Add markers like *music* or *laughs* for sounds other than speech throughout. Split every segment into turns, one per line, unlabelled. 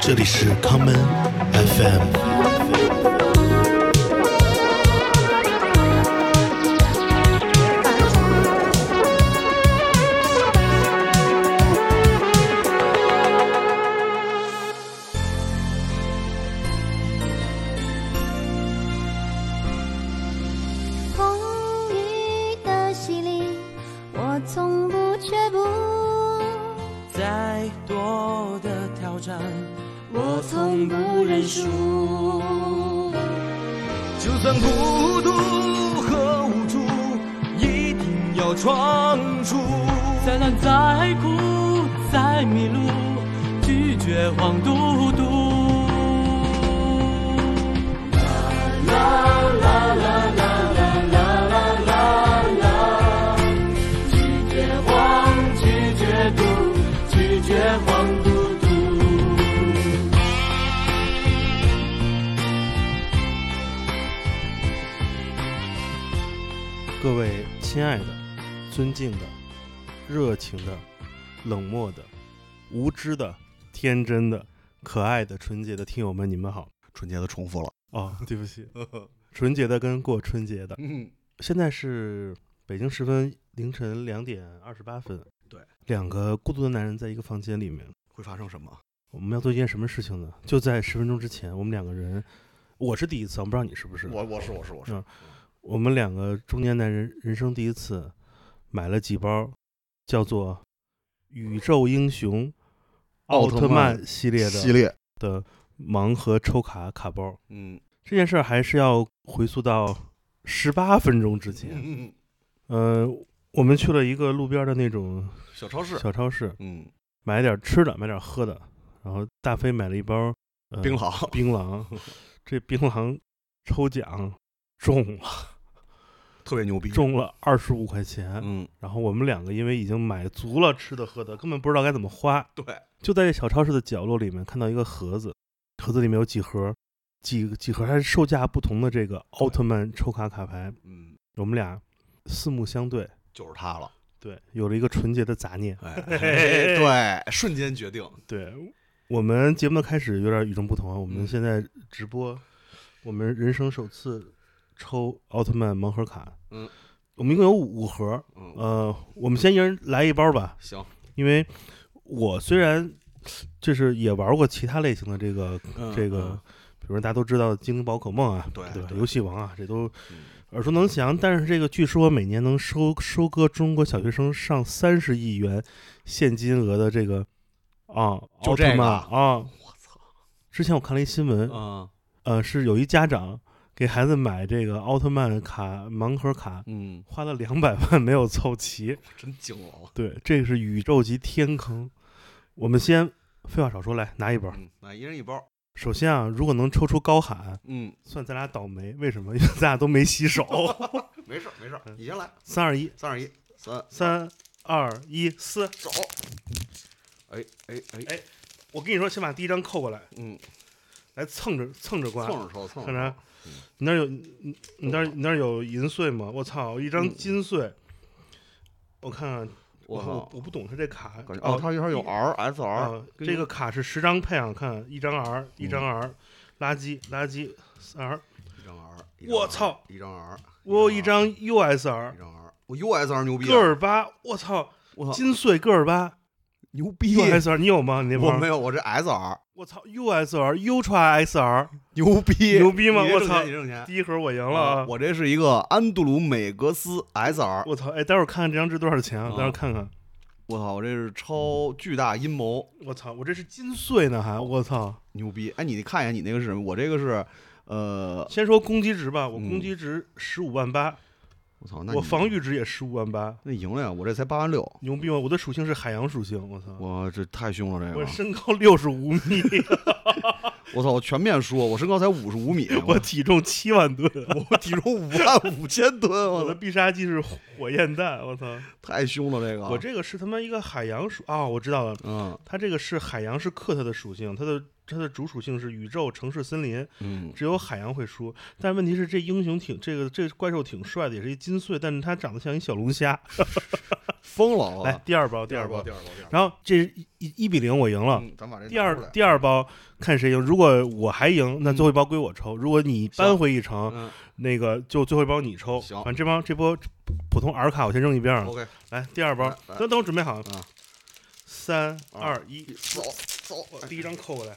这里是康门 FM。
风雨的洗礼，我从不却步。
再多的挑战，
我从不认输。
就算孤独和无助，一定要闯出。再难再苦再迷路，拒绝黄嘟嘟。啦啦啦啦啦啦啦啦啦啦，拒绝黄，拒绝嘟，拒绝黄嘟嘟。
各位亲爱的、尊敬的、热情的、冷漠的、无知的、天真的、可爱的纯洁的听友们，你们好！
春节的重复了。
哦，对不
*laughs*
起，纯洁的跟过春节的。
嗯，
现在是北京时分凌晨两点二十八分。
对，
两个孤独的男人在一个房间里面，
会发生什么？
我们要做一件什么事情呢？就在十分钟之前，我们两个人，我是第一次，我不知道你是不是。
我我是我是我是，
我们两个中年男人人生第一次买了几包叫做《宇宙英雄奥特曼》系列
系
的
列，
的盲盒抽卡卡包。
嗯，
这件事儿还是要回溯到十八分钟之前。
嗯
呃，我们去了一个路边的那种
小超市，
小超市，
嗯，
买了点吃的，买点喝的。然后大飞买了一包、呃、
冰好，
槟榔， *laughs* 这槟榔抽奖中了，
特别牛逼，
中了二十五块钱。
嗯，
然后我们两个因为已经买足了吃的喝的，根本不知道该怎么花，
对，
就在这小超市的角落里面看到一个盒子，盒子里面有几盒，几几盒还是售价不同的这个奥特曼抽卡卡牌，
嗯，
我们俩四目相对，
就是它了，
对，有了一个纯洁的杂念，
哎，对，瞬间决定，
对我们节目的开始有点与众不同啊，我们
嗯
现在直播，我们人生首次抽奥特曼盲盒卡，
嗯，
我们一共有五盒，
嗯，
呃，我们先一人来一包吧，
行，
因为我虽然就是也玩过其他类型的这个、
嗯
这个，比如说大家都知道精灵宝可梦啊，
对
吧？
对
游戏王啊，这都
嗯
耳熟能详。但是这个据说每年能收收割中国小学生上三十亿元现金额的这个啊，
就
奥
这
特
个
曼啊，我
操！
之前我看了一新闻，
嗯
呃，是有一家长给孩子买这个奥特曼卡盲盒卡，
嗯，
花了两百万没有凑齐。
真惊了，
对，这是宇宙级天坑。我们先废话少说，来拿一本。
嗯，那一人一包，
首先啊，如果能抽出高喊，
嗯，
算咱俩倒霉。为什么？因为咱俩都没洗
*laughs*
手。
没事儿没事儿，你先来，
三二一，
三二一，三
三二一，撕！
走，哎哎哎，
我跟你说，先把第一张扣过来，
嗯，
来蹭着蹭着刮。啊
蹭着抽，蹭
看
着
啥
抽，？
你那儿有你你那儿你那儿有银碎吗？我操，一张
嗯
金碎。我看看，
我
我
哦靠，
我不懂他这卡。
感觉哦，它一会儿有 R S R，嗯
啊，这个卡是十张配啊，看一张 R，一张 R，垃圾垃圾 R，
一张 R，
我操，
一张 R，
我有一
一
张
一
USR，
张 R，我 USR 牛逼啊，
戈尔巴，我操，
我操，
金穗戈尔巴
牛逼！
USR，你有吗？你那
我
包
没？有，我这 SR
我操，USR Ultra SR，
牛逼，
牛逼吗
你这
我
挣
操
钱你挣钱
第一盒我赢了啊！
我这是一个安杜鲁美格斯 SR，
我操，哎，待会儿看看这张纸多少钱啊？
啊
待会儿看看，
我操，我这是超巨大阴谋，
我操，我这是金穗呢还，我操！
牛逼！哎，你看一眼你那个是什么？我这个是，呃，
先说攻击值吧，我
嗯
攻击值十五万八，
我操，那
我
你
防御值也十五万八，
那赢了呀，我这才八万六，
牛逼吗？我的属性是海洋属性，我操，
我啊这太凶了，这
我
个，
身高六十五米。
*laughs*
*laughs*
我操，我全面输，我身高才五十五米，
*laughs* 我体重七万吨，
我体重五万五千吨，
我
我
的 *laughs*
操，
必杀技是火焰弹，我操！
太凶了，这个，
我，这个是他妈一个海洋属啊，我知道了，
嗯
它这个是海洋是克它的属性，它的它的主属性是宇宙、城市、森林， *laughs*
嗯，
只有海洋会输。但问题是这英雄挺这个这怪兽挺帅的，也是一金穗，但是它长得像一小龙虾，
疯了啊！
来，第二包，
第
二
包，
包
第。二包，第二包。
然后这是一一一比零，我赢了。
嗯，咱们把这
啊第
拿
二
出来
第二包看谁赢，如果我还赢，那
嗯
最后一包归我抽；如果你
行
扳回一城，
嗯
那个就最后一包你抽。
行
反正这帮这波普通 R 卡我先扔一边儿了。
，OK，
来，第二包
来，来嗯
等等我准备好
啊，
三
二
二一，
走走，
我呃第一张扣过来。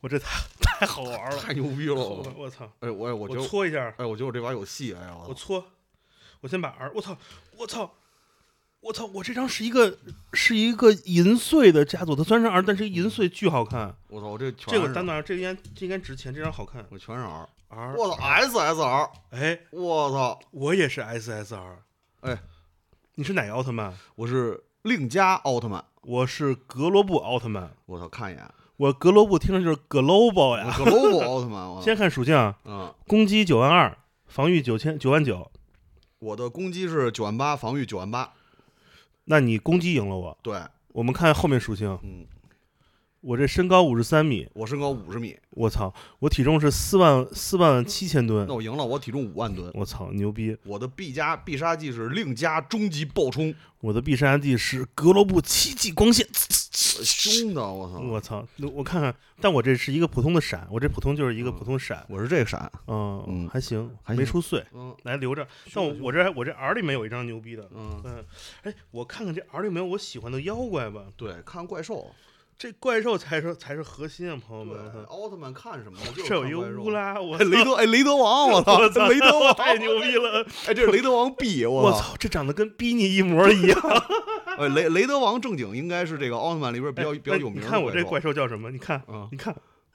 我这太太好玩了，
太牛逼
扣 *laughs* 了
了！
我操！
哎，我哎，
我
我
啊
觉得，
搓一下，
哎，我觉得我这把有戏，哎呀，
我搓，我先把 R，我操，我操，我操，我这张是一个是一个银穗的家族，它虽然是 R，但是一个银穗巨好看。
我操，我这全
这个
是
单独，这个应该这应该值钱，这张好看。
我全是 R，
R，
我操，SSR，
哎，
我操，
我也是 SSR，
哎，
你是哪个奥特曼？
我是令加奥特曼，
我是格罗布奥特曼，
我操，看
*laughs*
一眼，
我格罗布听着就是 Global
我
呀。
格罗布奥特曼，我操
先看属性啊，
嗯，
攻击九万二，防御九千九万九，
我的攻击是九万八，防御九万八，
那你攻击赢了我。
对，
我们看后面属性，
嗯，
我这身高五十三米，
我身高五十米，
我操，我体重是四万四万七千吨
那，我赢了，我体重五万吨，
我操，牛逼！
我的必加必杀技是令加终极暴冲，
我的必杀技是格罗布七技光线，
凶的，我操，
我操，那我看看，但我这是一个普通的闪，我这普通就是一个普通闪，
我是这个闪，
嗯，
啊嗯
还行，
还行
没出碎，
嗯
来留着。但我我这我这 R 里面有一张牛逼的，
嗯，
嗯，哎，我看看这 R 里面有我喜欢的妖怪吧，
对，看怪兽，
这怪兽才是才是核心啊，朋友们。我
对，
操
奥特曼看什么？
*laughs*
就是
这有
看
一个
怪兽
乌拉，我
*laughs* 哎，雷
操
德哎，雷德王，我
*laughs*
操，
我操
雷德王
太牛逼！了！
哎，这是雷德王 B，
我
操！
操，这长得跟比你一模一样，
哎，雷雷德王正经应该是这个奥特曼里边比较比较有名
哎
的。
你看我这怪，兽叫什么？你看，
嗯，
你看，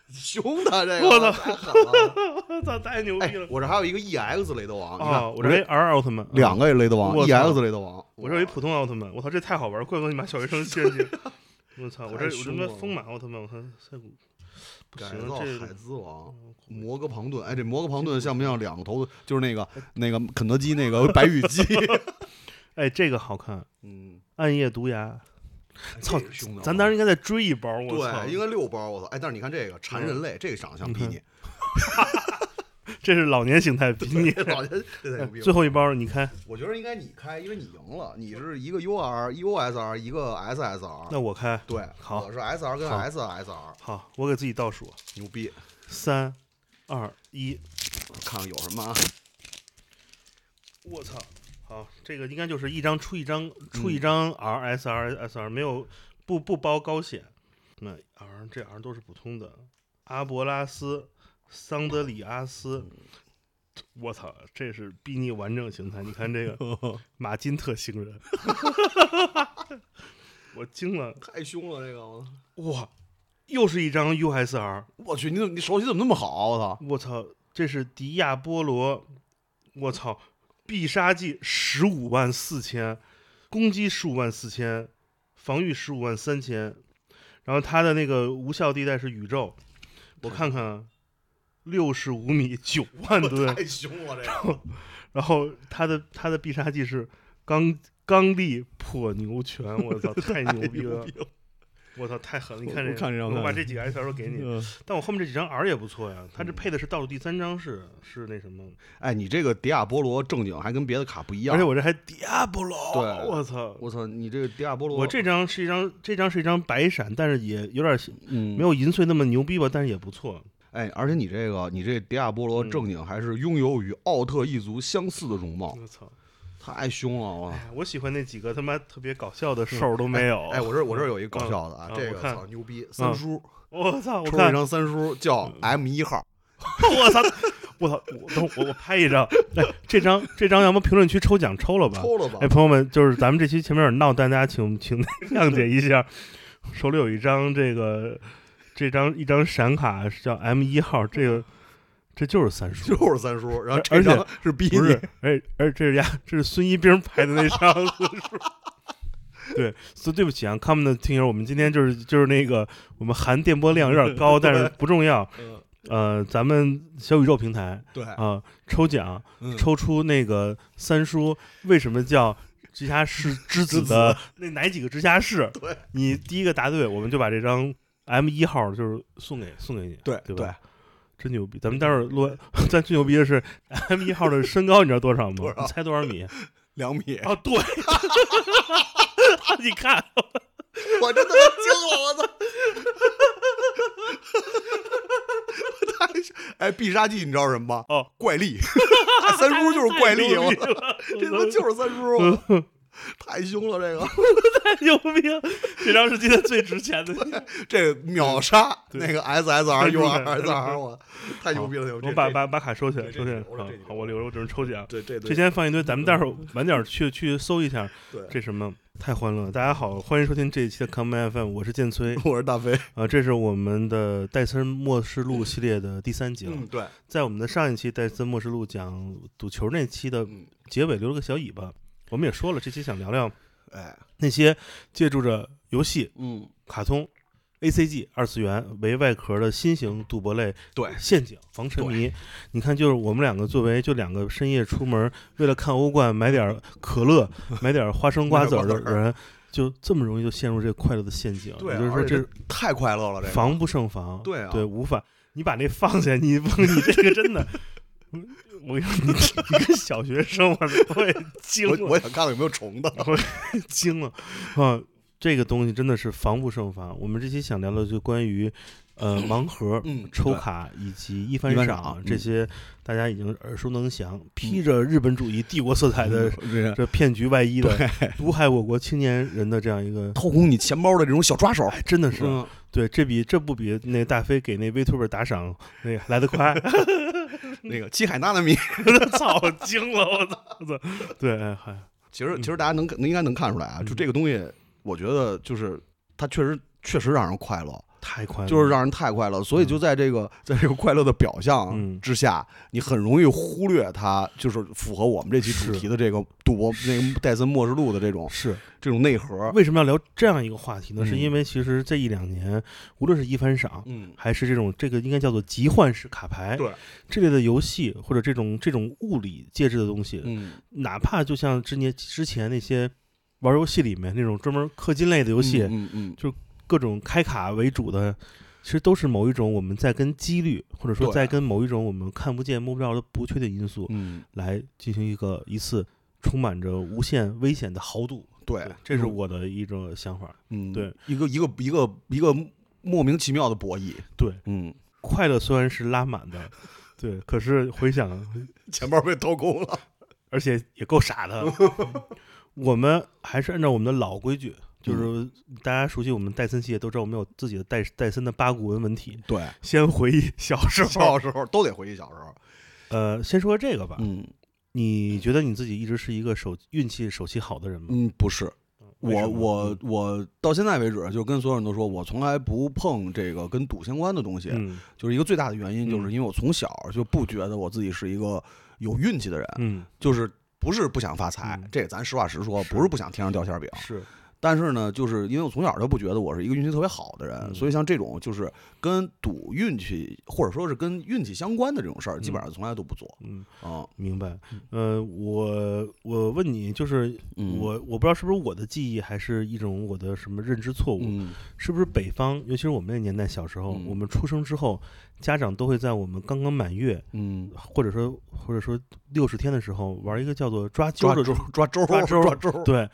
凶的这个，
我操 *laughs*
太狠了！
我操，太牛
哎
逼了！，
我这还有一个 EX 雷德王，你
啊，
看
我这为 R 奥特曼，
两
个，
个雷德王
我操
，EX 雷德王，
我这为普通奥特曼，我操，这太好玩，怪不得你妈小学生陷
*laughs*
阱。我操，我这
太
我他
凶
妈
了
风马奥特曼，我看赛古不
改
行，
造
这嗯
海贼王。摩根庞顿，哎，这摩根庞顿像不像两个头的？就是那个那个肯德基那个白羽
*laughs*
鸡，
哎，这个好看，
嗯，
暗夜毒牙，
哎
操
这个凶的，
咱当时应该再追一包，我操，
对应该六包，我操！哎，但是你看这个馋人类，这个长相比你，
这是老年形态比你。
这老人这 *laughs* 太牛逼了
*laughs* 最。后一包，你开，
我觉得应该你开，因为你赢了，你是一个 UR、USR，一个 SSR。
那我开，
对，
好
我是 SR 跟
好
SSR，
好，我给自己倒数，
牛逼！
三、二、一，
看看有什么啊？
我操！好，这个应该就是一张出一张出一张 R S R S R，没有不不包高险。那 R 这 R 都是普通的，阿伯拉斯、桑德里阿斯，我操，这是比尼完整形态。你看这个马金特星人，我惊了，
*laughs* 太凶了，这个！
哇，又是一张 U S R，
我去，你怎么你手写怎么那么好？啊我操！
我操，这是迪亚波罗，我操，必杀技十五万四千，攻击十五万四千，防御十五万三千，然后他的那个无效地带是宇宙，我看看，六十五米九万
*laughs*
吨，
太凶了，这个！
然后他的他的必杀技是钢刚力破牛拳，我
*laughs*
操，太牛逼了！我操，太狠了！你看这
我
个，
看这张嗯
我把
看
这几个 S L 给你，但我后面这几张 R 也不错呀，
嗯
它这配的是倒数第三张是是那什么，
*laughs* 哎，你这个迪亚波罗正经还跟别的卡不一样，
而且我这还 Diablo，
对
我操！
我操，你这个迪亚波罗，
我这张是一张，这张是一张白闪，但是也有点
嗯
没有银穗那么牛逼吧，但是也不错。
哎，而且你这个你这迪亚波罗正经还是拥有与奥特一族相似的容貌，
我操！
太凶了！我操！
哎，我喜欢那几个他妈特别搞笑的兽都没有。
哎，我这我这有一个搞笑的啊
哦嗯，
这
我
个
看
操牛逼，三叔
我操！我
抽了
看嗯
一张三叔叫 M 一号，
我操！我操！我等会儿我我拍一张，哎，这张这张，要么评论区抽奖抽了吧？
抽了吧
哎，？朋友们，就是咱们这期前面有点闹，但大家请请谅解一下。手里有一张这个，这张一张闪卡是叫 M 一号，这个这就是三叔，
*laughs* 就是三叔，然后
而且
这张是逼
不
你
是，而而这是家这是孙一兵拍的那张三叔。对，所以对不起啊，他们的听友，我们今天就是就是那个我们含电波量有点
*laughs*
高，但是不重要。
嗯
呃，咱们小宇宙平台
对，
啊、抽奖
嗯
抽出那个三叔为什么叫直辖
*laughs*
市之子的那哪几个直辖市？
对，
你第一个答对，我们就把这张 M 一号就是送给送给你。
对
对吧真牛逼！咱们待会儿录完，咱最牛逼的是 M 一号的身高，你知道多少吗？
多少 *laughs*
你猜多少米？
两米，
啊，
*laughs*
对，你看，
我真他妈惊了，我操！太 *laughs* 哎，必杀技你知道什么吗？
哦，
怪力， *laughs* 三叔就是
*laughs*
怪力，我
我
操， *laughs* 这他妈就是三叔，
嗯
*laughs* 太凶了，这个
太牛逼了！这张是今天最值
*laughs*
钱的，
这个秒杀
对
那个 SSR
对
URSR，我太牛逼了，
我
这
把
这
把把卡收起来，
这
收起来
这我留着这
啊！好，我留着，我只能抽奖。
对这
这
对
先放一堆，咱们待会儿晚点儿去去搜一下
对，
这什么。太欢乐了！大家好，欢迎收听这一期的 Come FM，我是建崔，
*laughs* 我是大飞，
啊，这是我们的戴森末世录系列的第三集了。
嗯，对，
在我们的上一期戴森末世录讲赌球那期的
嗯，
结尾留了个小尾巴，我们也说了，这期想聊聊
哎，
那些借助着游戏、
嗯，
卡通、A C G 二次元为外壳的新型赌博类
对，
陷阱防沉迷。你看，就是我们两个作为就两个深夜出门为了看欧冠买点儿可
*laughs*
乐、买点儿花生瓜子儿的
买点儿瓜子
人，就这么容易就陷入这快乐的陷阱。
对，啊
也就是说
而且
这
太快乐了，这个
防不胜防。
对啊
对，无法。你把那放下，你你这个真的， *laughs* 我跟你说，你你跟小学生，我我也惊
我我
了，
想看看有没有虫
*laughs*
的，
惊了啊！这个东西真的是防不胜防。我们这期想聊的就关于呃盲盒、
嗯，
抽
对
卡以及一番
一番
赏
赏
这
嗯
些，大家已经耳熟能详，披着日本主义帝国色彩的
嗯这个
这骗局外衣的，毒害我国青年人的这样一个，
掏空你钱包的这种小抓手，
哎真的是。
嗯
对，这比这不比那大飞给那 Vtuber 打赏那个来得
*laughs*
快。 *laughs*
那个七海娜娜米，
操，惊了，我操，我操，对，哎嗨，
其实
嗯
其实大家能能应该能看出来啊，
嗯
就这个东西，我觉得就是它确实确实让人快乐，
太快了，
就是让人太快乐，所以就在这个在这个快乐的表
嗯
象之下，你很容易忽略它，就是符合我们这期主
是
题的这个赌博那个戴森末世录的这种
是
这种内核，
为什么要聊这样一个话题呢？
嗯
是因为其实这一两年，无论是一番赏。
嗯，
还是这种这个应该叫做集换式卡牌，
对，
这类的游戏或者这种这种物理介质的东西，
嗯，
哪怕就像之年之前那些玩游戏里面那种专门氪金类的游
游
戏，
嗯嗯，
各种开卡为主的，其实都是某一种我们在跟几率，或者说
对
在跟某一种我们看不见摸不着的不确定因素，
嗯，
来进行一个一次充满着无限危险的豪赌。
对，
这是我的一种想法。
嗯，
对，
一个一个一个一个莫名其妙的博弈，
对，
嗯，
快乐虽然是拉满的，对，可是回想，
钱包被掏空了，
而且也够傻
*laughs*
的。我们还是按照我们的老规矩，就是
嗯
大家熟悉我们戴森系列都知道，我们有自己的戴戴森的八股文文体。
对，
先回忆小时候，
*laughs* 小时候都得回忆小时候，
呃，先说这个吧。
嗯
你觉得你自己一直是一个手运气手气好的人吗？
嗯，不是，
为什
我
么
我我到现在为止，就跟所有人都说，我从来不碰这个跟赌相关的东西。
嗯
就是一个最大的原因，就是
嗯
因为我从小就不觉得我自己是一个有运气的人，
嗯，
就是不是不想发财，
嗯
这咱实话实说，
是
不是不想天上掉馅儿饼。
是
但是呢，就是因为我从小就不觉得我是一个运气特别好的人，
嗯
所以像这种就是跟赌运气或者说是跟运气相关的这种事儿，基本上从来都不做
嗯，
啊。
明白。呃，我我问你，就是
嗯，
我我不知道是不是我的记忆，还是一种我的什么认知错误？
嗯
是不是北方，尤其是我们那年代小时候，
嗯
我们出生之后，家长都会在我们刚刚满月，
嗯，
或者说或者说六十天的时候，玩一个叫做抓阄
抓
的
周抓周
抓周
抓周，
对，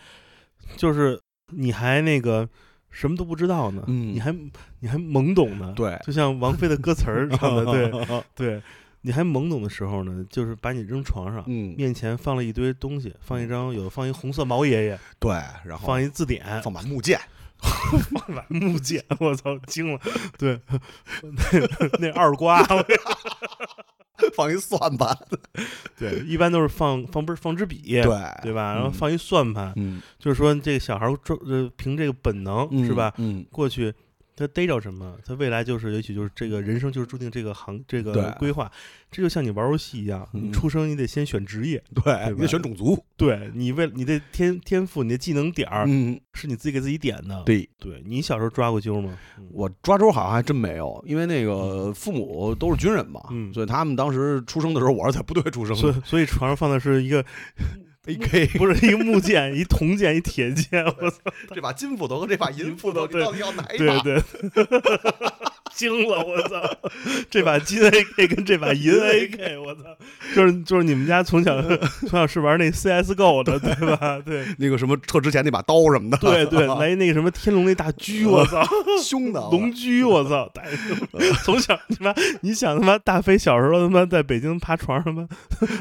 就是你还那个什么都不知道呢，
嗯
你还你还懵懂呢，
对
就像王菲的歌词儿唱
*laughs*
的， *laughs* 对对，你还懵懂的时候呢，就是把你扔床上，
嗯，
面前放了一堆东西，放一张有放一红色毛爷爷，
对，然后
放一字典，
放把木剑， *laughs*
放把 *laughs* 木剑，我操，惊了，对， *laughs* 那那二瓜， *laughs*
放一算盘，
对，一般都是放放不是放支笔，
对
对吧？
嗯
然后放一算盘，
嗯，
就是说这个小孩儿抓呃凭这个本能、
嗯
是吧？？
嗯，
过去他逮着什么，他未来就是也许就是这个人生就是注定这个行这
对
个规划，这就像你玩游戏一样，你
嗯
出生你得先选职业，
对，
对
你
吧
得选种族，
对你为你的天天赋、你的技能点儿
嗯，
是你自己给自己点的。
对
对，你小时候抓过阄吗？嗯
我抓周好像还真没有，因为那个父母都是军人嘛，
嗯
所以他们当时出生的时候，我是在部队出生
所以
的
嗯所以床上放的是一
*laughs*
个
，AK
不是一个木剑，一铜剑，一铁剑，我操，
这把金斧头和这把银斧头，你
对
到底要哪一
对
把？
对，哎 *laughs* 惊了，我操！ *laughs* 这把金 AK 跟这把银 AK，我操！就是就是你们家从小从小是玩那 CSGO 的对吧？对
那个什么撤之前那把刀什么的，
*laughs* 对对， *laughs* 来那个什么天龙那大狙，我操！
凶的
*laughs*
啊
龙驹，我操！大 *laughs* 从小他妈，你想他妈大飞小时候他妈在北京爬床上他妈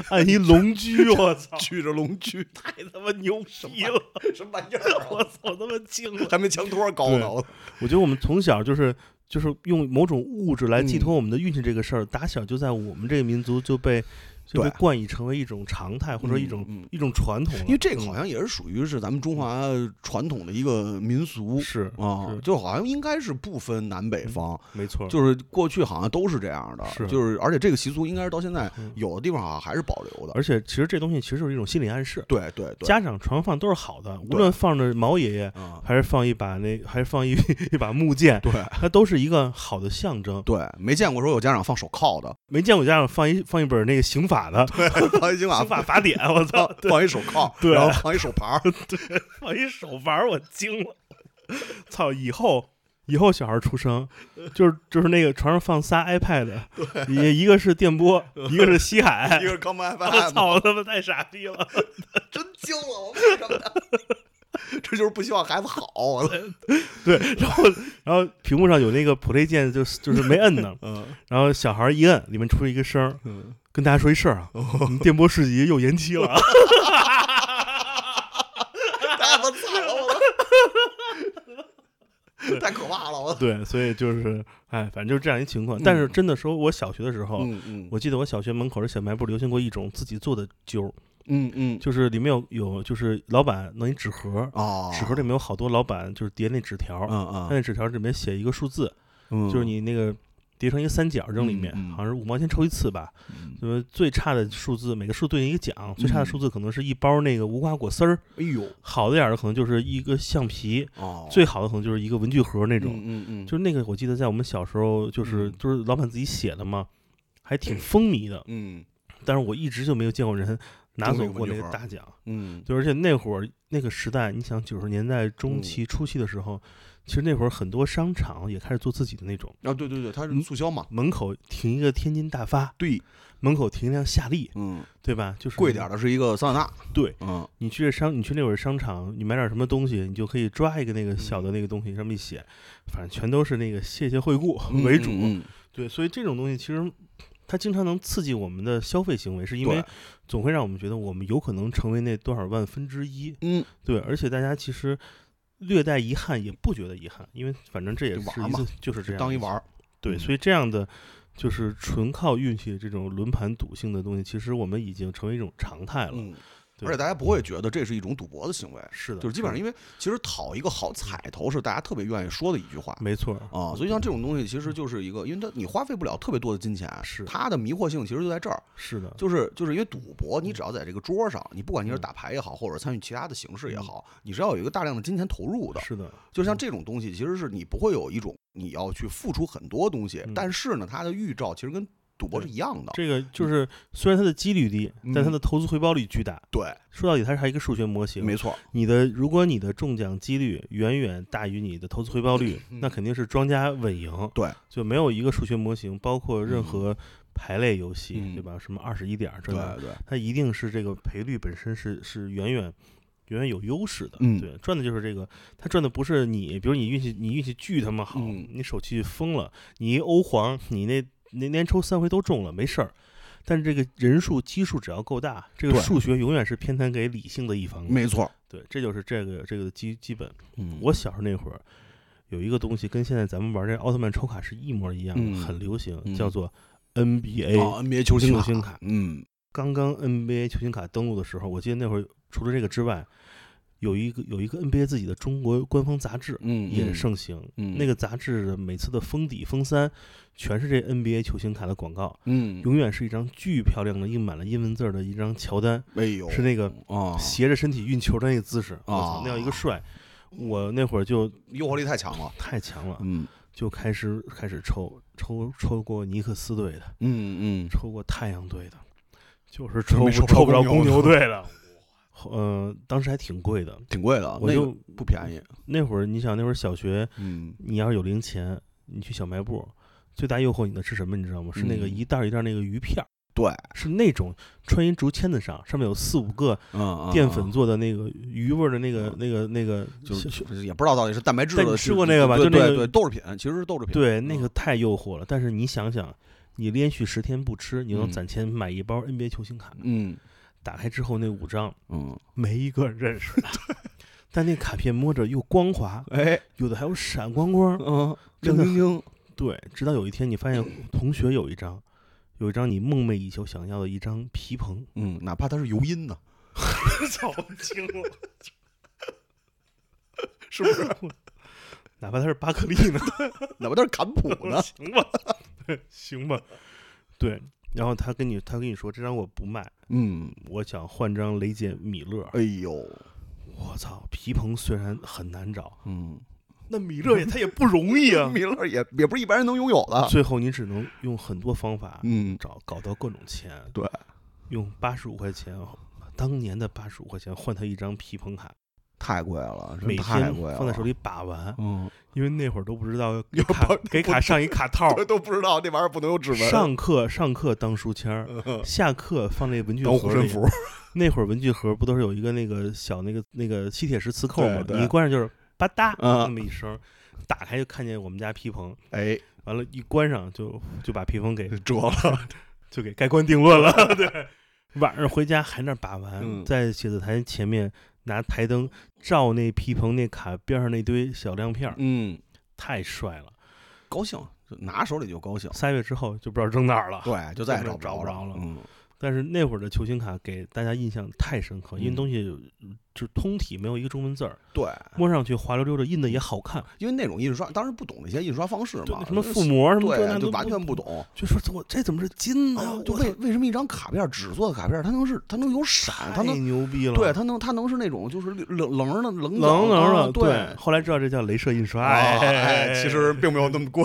按一龙驹，我操！
举着龙狙，
太他妈牛逼了！
什么玩意儿
*laughs* 我操，他妈惊了！
还没墙托高呢，我
我觉得我们从小就是就是用某种物质
嗯
来寄托我们的运气这个事儿，打小就在我们这个民族就被就被
对
冠以成为一种常态或者一种、
嗯嗯
一种传统了，
因为这个好像也是属于是咱们中华传统的一个民俗
嗯是
啊
是，
就好像应该是不分南北方，
没错，
就是过去好像都是这样的，
是
就是而且这个习俗应该是到现在
嗯
有的地方好像还是保留的，
而且其实这东西其实就是一种心理暗示，
对对对，
家长传放都是好的，无论放着毛爷爷。
啊
还是放一把那，还是放一 *laughs* 一把木剑， *laughs*
对
它都是一个好的象征。
对，没见过说有家长放手铐
*laughs*
的，
没见过家长放一放一本那个刑法的 *laughs*
放一金马
刑法法典，我操
放，放一手铐，
对
然后放一手牌儿，
放一手玩儿，我惊了。
*laughs*
操！以后以后小孩出生，就是就是那个床上放仨
*laughs*
iPad，也一个是电波，一个是西海
一。个
*laughs*
是康麦
我
FM，
操！他妈太傻逼了！
真惊了，我为什么呀？ *laughs* 这就是不希望孩子好，我操
对，然后然后屏幕上有那个 play 键，就是就是没摁
*laughs*
呢。
嗯
然后小孩一摁，里面出一个声儿，
嗯，
跟大家说一声儿啊，
哦
我们电波市集又延期了。
太他妈惨了，我操，太可怕了，我操，
对，所以就是哎，反正就是这样一情况。但是真的说，我小学的时候，
嗯嗯
我记得我小学门口的小卖部流行过一种自己做的揪儿，
嗯嗯，
就是里面有有就是老板弄一纸盒儿，
哦，
纸盒里面有好多老板就是叠那纸条儿，
嗯
他
嗯
那纸条儿里面写一个数字，
嗯，
就是你那个叠成一个三角扔里面，
嗯嗯
好像是五毛钱抽一次吧。
嗯，
就是最差的数字，每个数对应一个奖，最差的数字可能是一包那个无花果丝儿，
哎呦，
好的点儿的可能就是一个橡皮，
哦，
最好的可能就是一个文具盒那
那
种。
嗯嗯，
就是那个我记得在我们小时候，就是、
嗯
就是老板自己写的嘛，还挺风靡的。
嗯
但是我一直就没有见过人拿
中
走
那个
过那
文具
个
盒
大奖。
嗯，
就而且那会儿那个时代，你想九十年代中期、初期的时候，其实那会儿很多商场也开始做自己的那种，
啊对对对，它
嗯
是促销嘛，
门口停一个天津大发，
对，
门口停一辆夏利，
嗯，
对吧？就是
贵点儿的是一个桑塔纳，
对，
嗯
你去这商，你去那会儿商场，你买点什么东西，你就可以抓一个那个小
嗯
的那个东西，上面一写，反正全都是那个谢谢惠顾 *laughs* 为主。
嗯
对，所以这种东西其实。它经常能刺激我们的消费行为，是因为
对
总会让我们觉得我们有可能成为那多少万分之一。
嗯，
对，而且大家其实略带遗憾，也不觉得遗憾，因为反正这也
就是玩儿
一
嘛
次，就是这样
当一
次
玩儿，
对，
嗯
所以这样的就是纯靠运气这种轮盘赌性的东西，其实我们已经成为一种常态了。
嗯，
对
而且大家不会觉得这是一种赌博的行为，
是的，
就是基本上
因
因为其实讨一个好彩头是大家特别愿意说的一句话。
没错儿，
啊，所以像这种东西其实就是一个，因为它你花费不了特别多的金钱，
是嗯
它的迷惑性其实就在这儿，
是的，
就是就是因为赌博，
嗯
你只要在这个桌上，你不管你是打牌也好，或者参与其他的形式也好，你是要有一个大量的金钱投入的。
嗯是嗯的，
就像这种东西，其实是你不会有一种你要去付出很多东西
嗯，
但是呢，它的预兆其实跟赌博是一样的。
这个就是虽然它的几率低，但它
嗯
的投资回报率巨大。
对，
说到底，它是还一个数学模型。
没错，
你的如果你的中奖几率远远大于你的投资回报率，
嗯
那肯定是庄家稳赢。
对，
就没有一个数学模型，包括任何牌类游戏，
嗯
对吧？什么二十一点儿这
对
个，
对，
它一定是这个赔率本身是是远远远远有优势的。
嗯
对，赚的就是这个，他赚的不是你，比如你运气你运气巨他妈好，
嗯
你手气疯了，你一欧皇，你那那连抽三回都中了，没事儿。但是这个人数基数只要够大，这个
对
数学永远是偏袒给理性的一方的。
没错。
对，这就是这个这个的基基本。
嗯
我小时候那会儿有一个东西跟现在咱们玩这奥特曼抽卡是一模一样的，
嗯
很流行，
嗯
叫做 NBA、
啊，NBA 球星
球星卡。
嗯，
刚刚 NBA 球星卡登陆的时候，我记得那会儿除了这个之外，有一个有一个 NBA 自己的中国官方杂志
嗯
也盛行。
嗯
那个杂志的每次的封底、封三，全是这 NBA 球星卡的广告，
嗯，
永远是一张巨漂亮的印满了英文字儿的一张乔丹，
哎呦，
是那个
啊，
斜着身体运球的那个姿势，我操
啊，
那叫一个帅。我那会儿就
诱惑力太强了。
太强了，
嗯
就开始开始抽抽抽过尼克斯队的，
嗯嗯，
抽过太阳队的，就是抽
没
不
抽
抽不
着
着
公
公
牛
牛队的。呃，当时还挺贵的，
挺贵的啊，
我
那个
就
不便宜。
那会儿，你想那会儿小学，
嗯
你要是有零钱，你去小卖部，最大诱惑你的是什么？你知道吗？是那个
嗯
一袋儿一袋儿那个鱼片儿，
对，
是那种穿一竹签子上，上面有四五个
嗯，
淀粉做的那个鱼味儿的那个
嗯
那个那个，
就
小
是就是也不知道到底是蛋白质
但你
的，
吃过那个吧
对
就那个
对对豆制品，其实是豆制品。
对，那
嗯
个太诱惑了。但是你想想，你连续十天不吃，你能
嗯
攒钱买一包 NBA 球星卡，
嗯
打开之后那五张
嗯，
没一个人认
*laughs*
识的，但那卡片摸着又光滑，
哎
有的还有闪光光。
嗯，
真
亮
的
晶晶，
对，直到有一天你发现同学有一张，有一张你梦寐以求想要的一张皮
*laughs*
蓬，
*laughs* 嗯，哪怕它是油音呢，
早惊了， *laughs*
是不是？
哪怕它是巴克利
*laughs*
呢。？
哪怕它是坎普呢
行 *laughs* 吧，行吧，对。然后他跟你，他跟你说这张我不卖，
*laughs* 嗯，
我想换张雷杰米勒。
哎呦，
我操，皮蓬虽然很难找，
嗯，
那米勒也他也不容易 *laughs* 啊。
米勒也也不是一般人能拥有的。
最后你只能用很多方法
嗯，
找搞到各种钱，
对，
用八十五块钱，当年的八十五块钱换他一张皮蓬卡，
太贵了，真
每
太
天
贵了，
放在手。里把玩，
嗯，
因为那会儿都不知道给
要
卡
不
*laughs* 给卡上一卡
*laughs*
套儿，
都不知道那玩意儿不能有指纹。
上课上课当书签儿，
嗯
下课放那文具
当
盒
护
里
身。符，
那会儿文具盒不都是有一个那个小那个那个吸铁石磁扣
对
吗？
对
你一关上就是吧嗒
嗯
那么一声，打开就看见我们家皮蓬，
哎，
完了，一关上就就把皮蓬给
折了。
*laughs* 就给盖棺定论
*laughs*
了。对，晚上回家还那儿把玩，
嗯
在写字台前面拿台灯照那皮蓬那卡边上那堆小亮片儿，
嗯，
太帅了。
高兴，就拿手里就高兴。
仨月之后就不知道扔哪儿了。
*laughs* 对，就再也
根
找
本找不
不
着了
嗯，
但是那会儿的球星卡给大家印象太深刻，因为
嗯
东西就通体没有一个中文字儿，
对，
摸上去滑溜溜的，印的也好看。
因为那种印刷，当时不懂那些印刷方式
对
嘛，，
什么覆膜什么这那
对，啊就
都
完全不，懂。
就说我这怎么是金呢
啊，？就
我
为
操
为什么一张卡片纸做的卡片，它能是它能有闪，它
太
能
牛逼了！
对，它能它能是那种就是冷棱的
冷
棱
冷
冷
了，
的，
对。后来知道这叫镭射印刷，
啊哎，
哎，
其实并没有那么贵，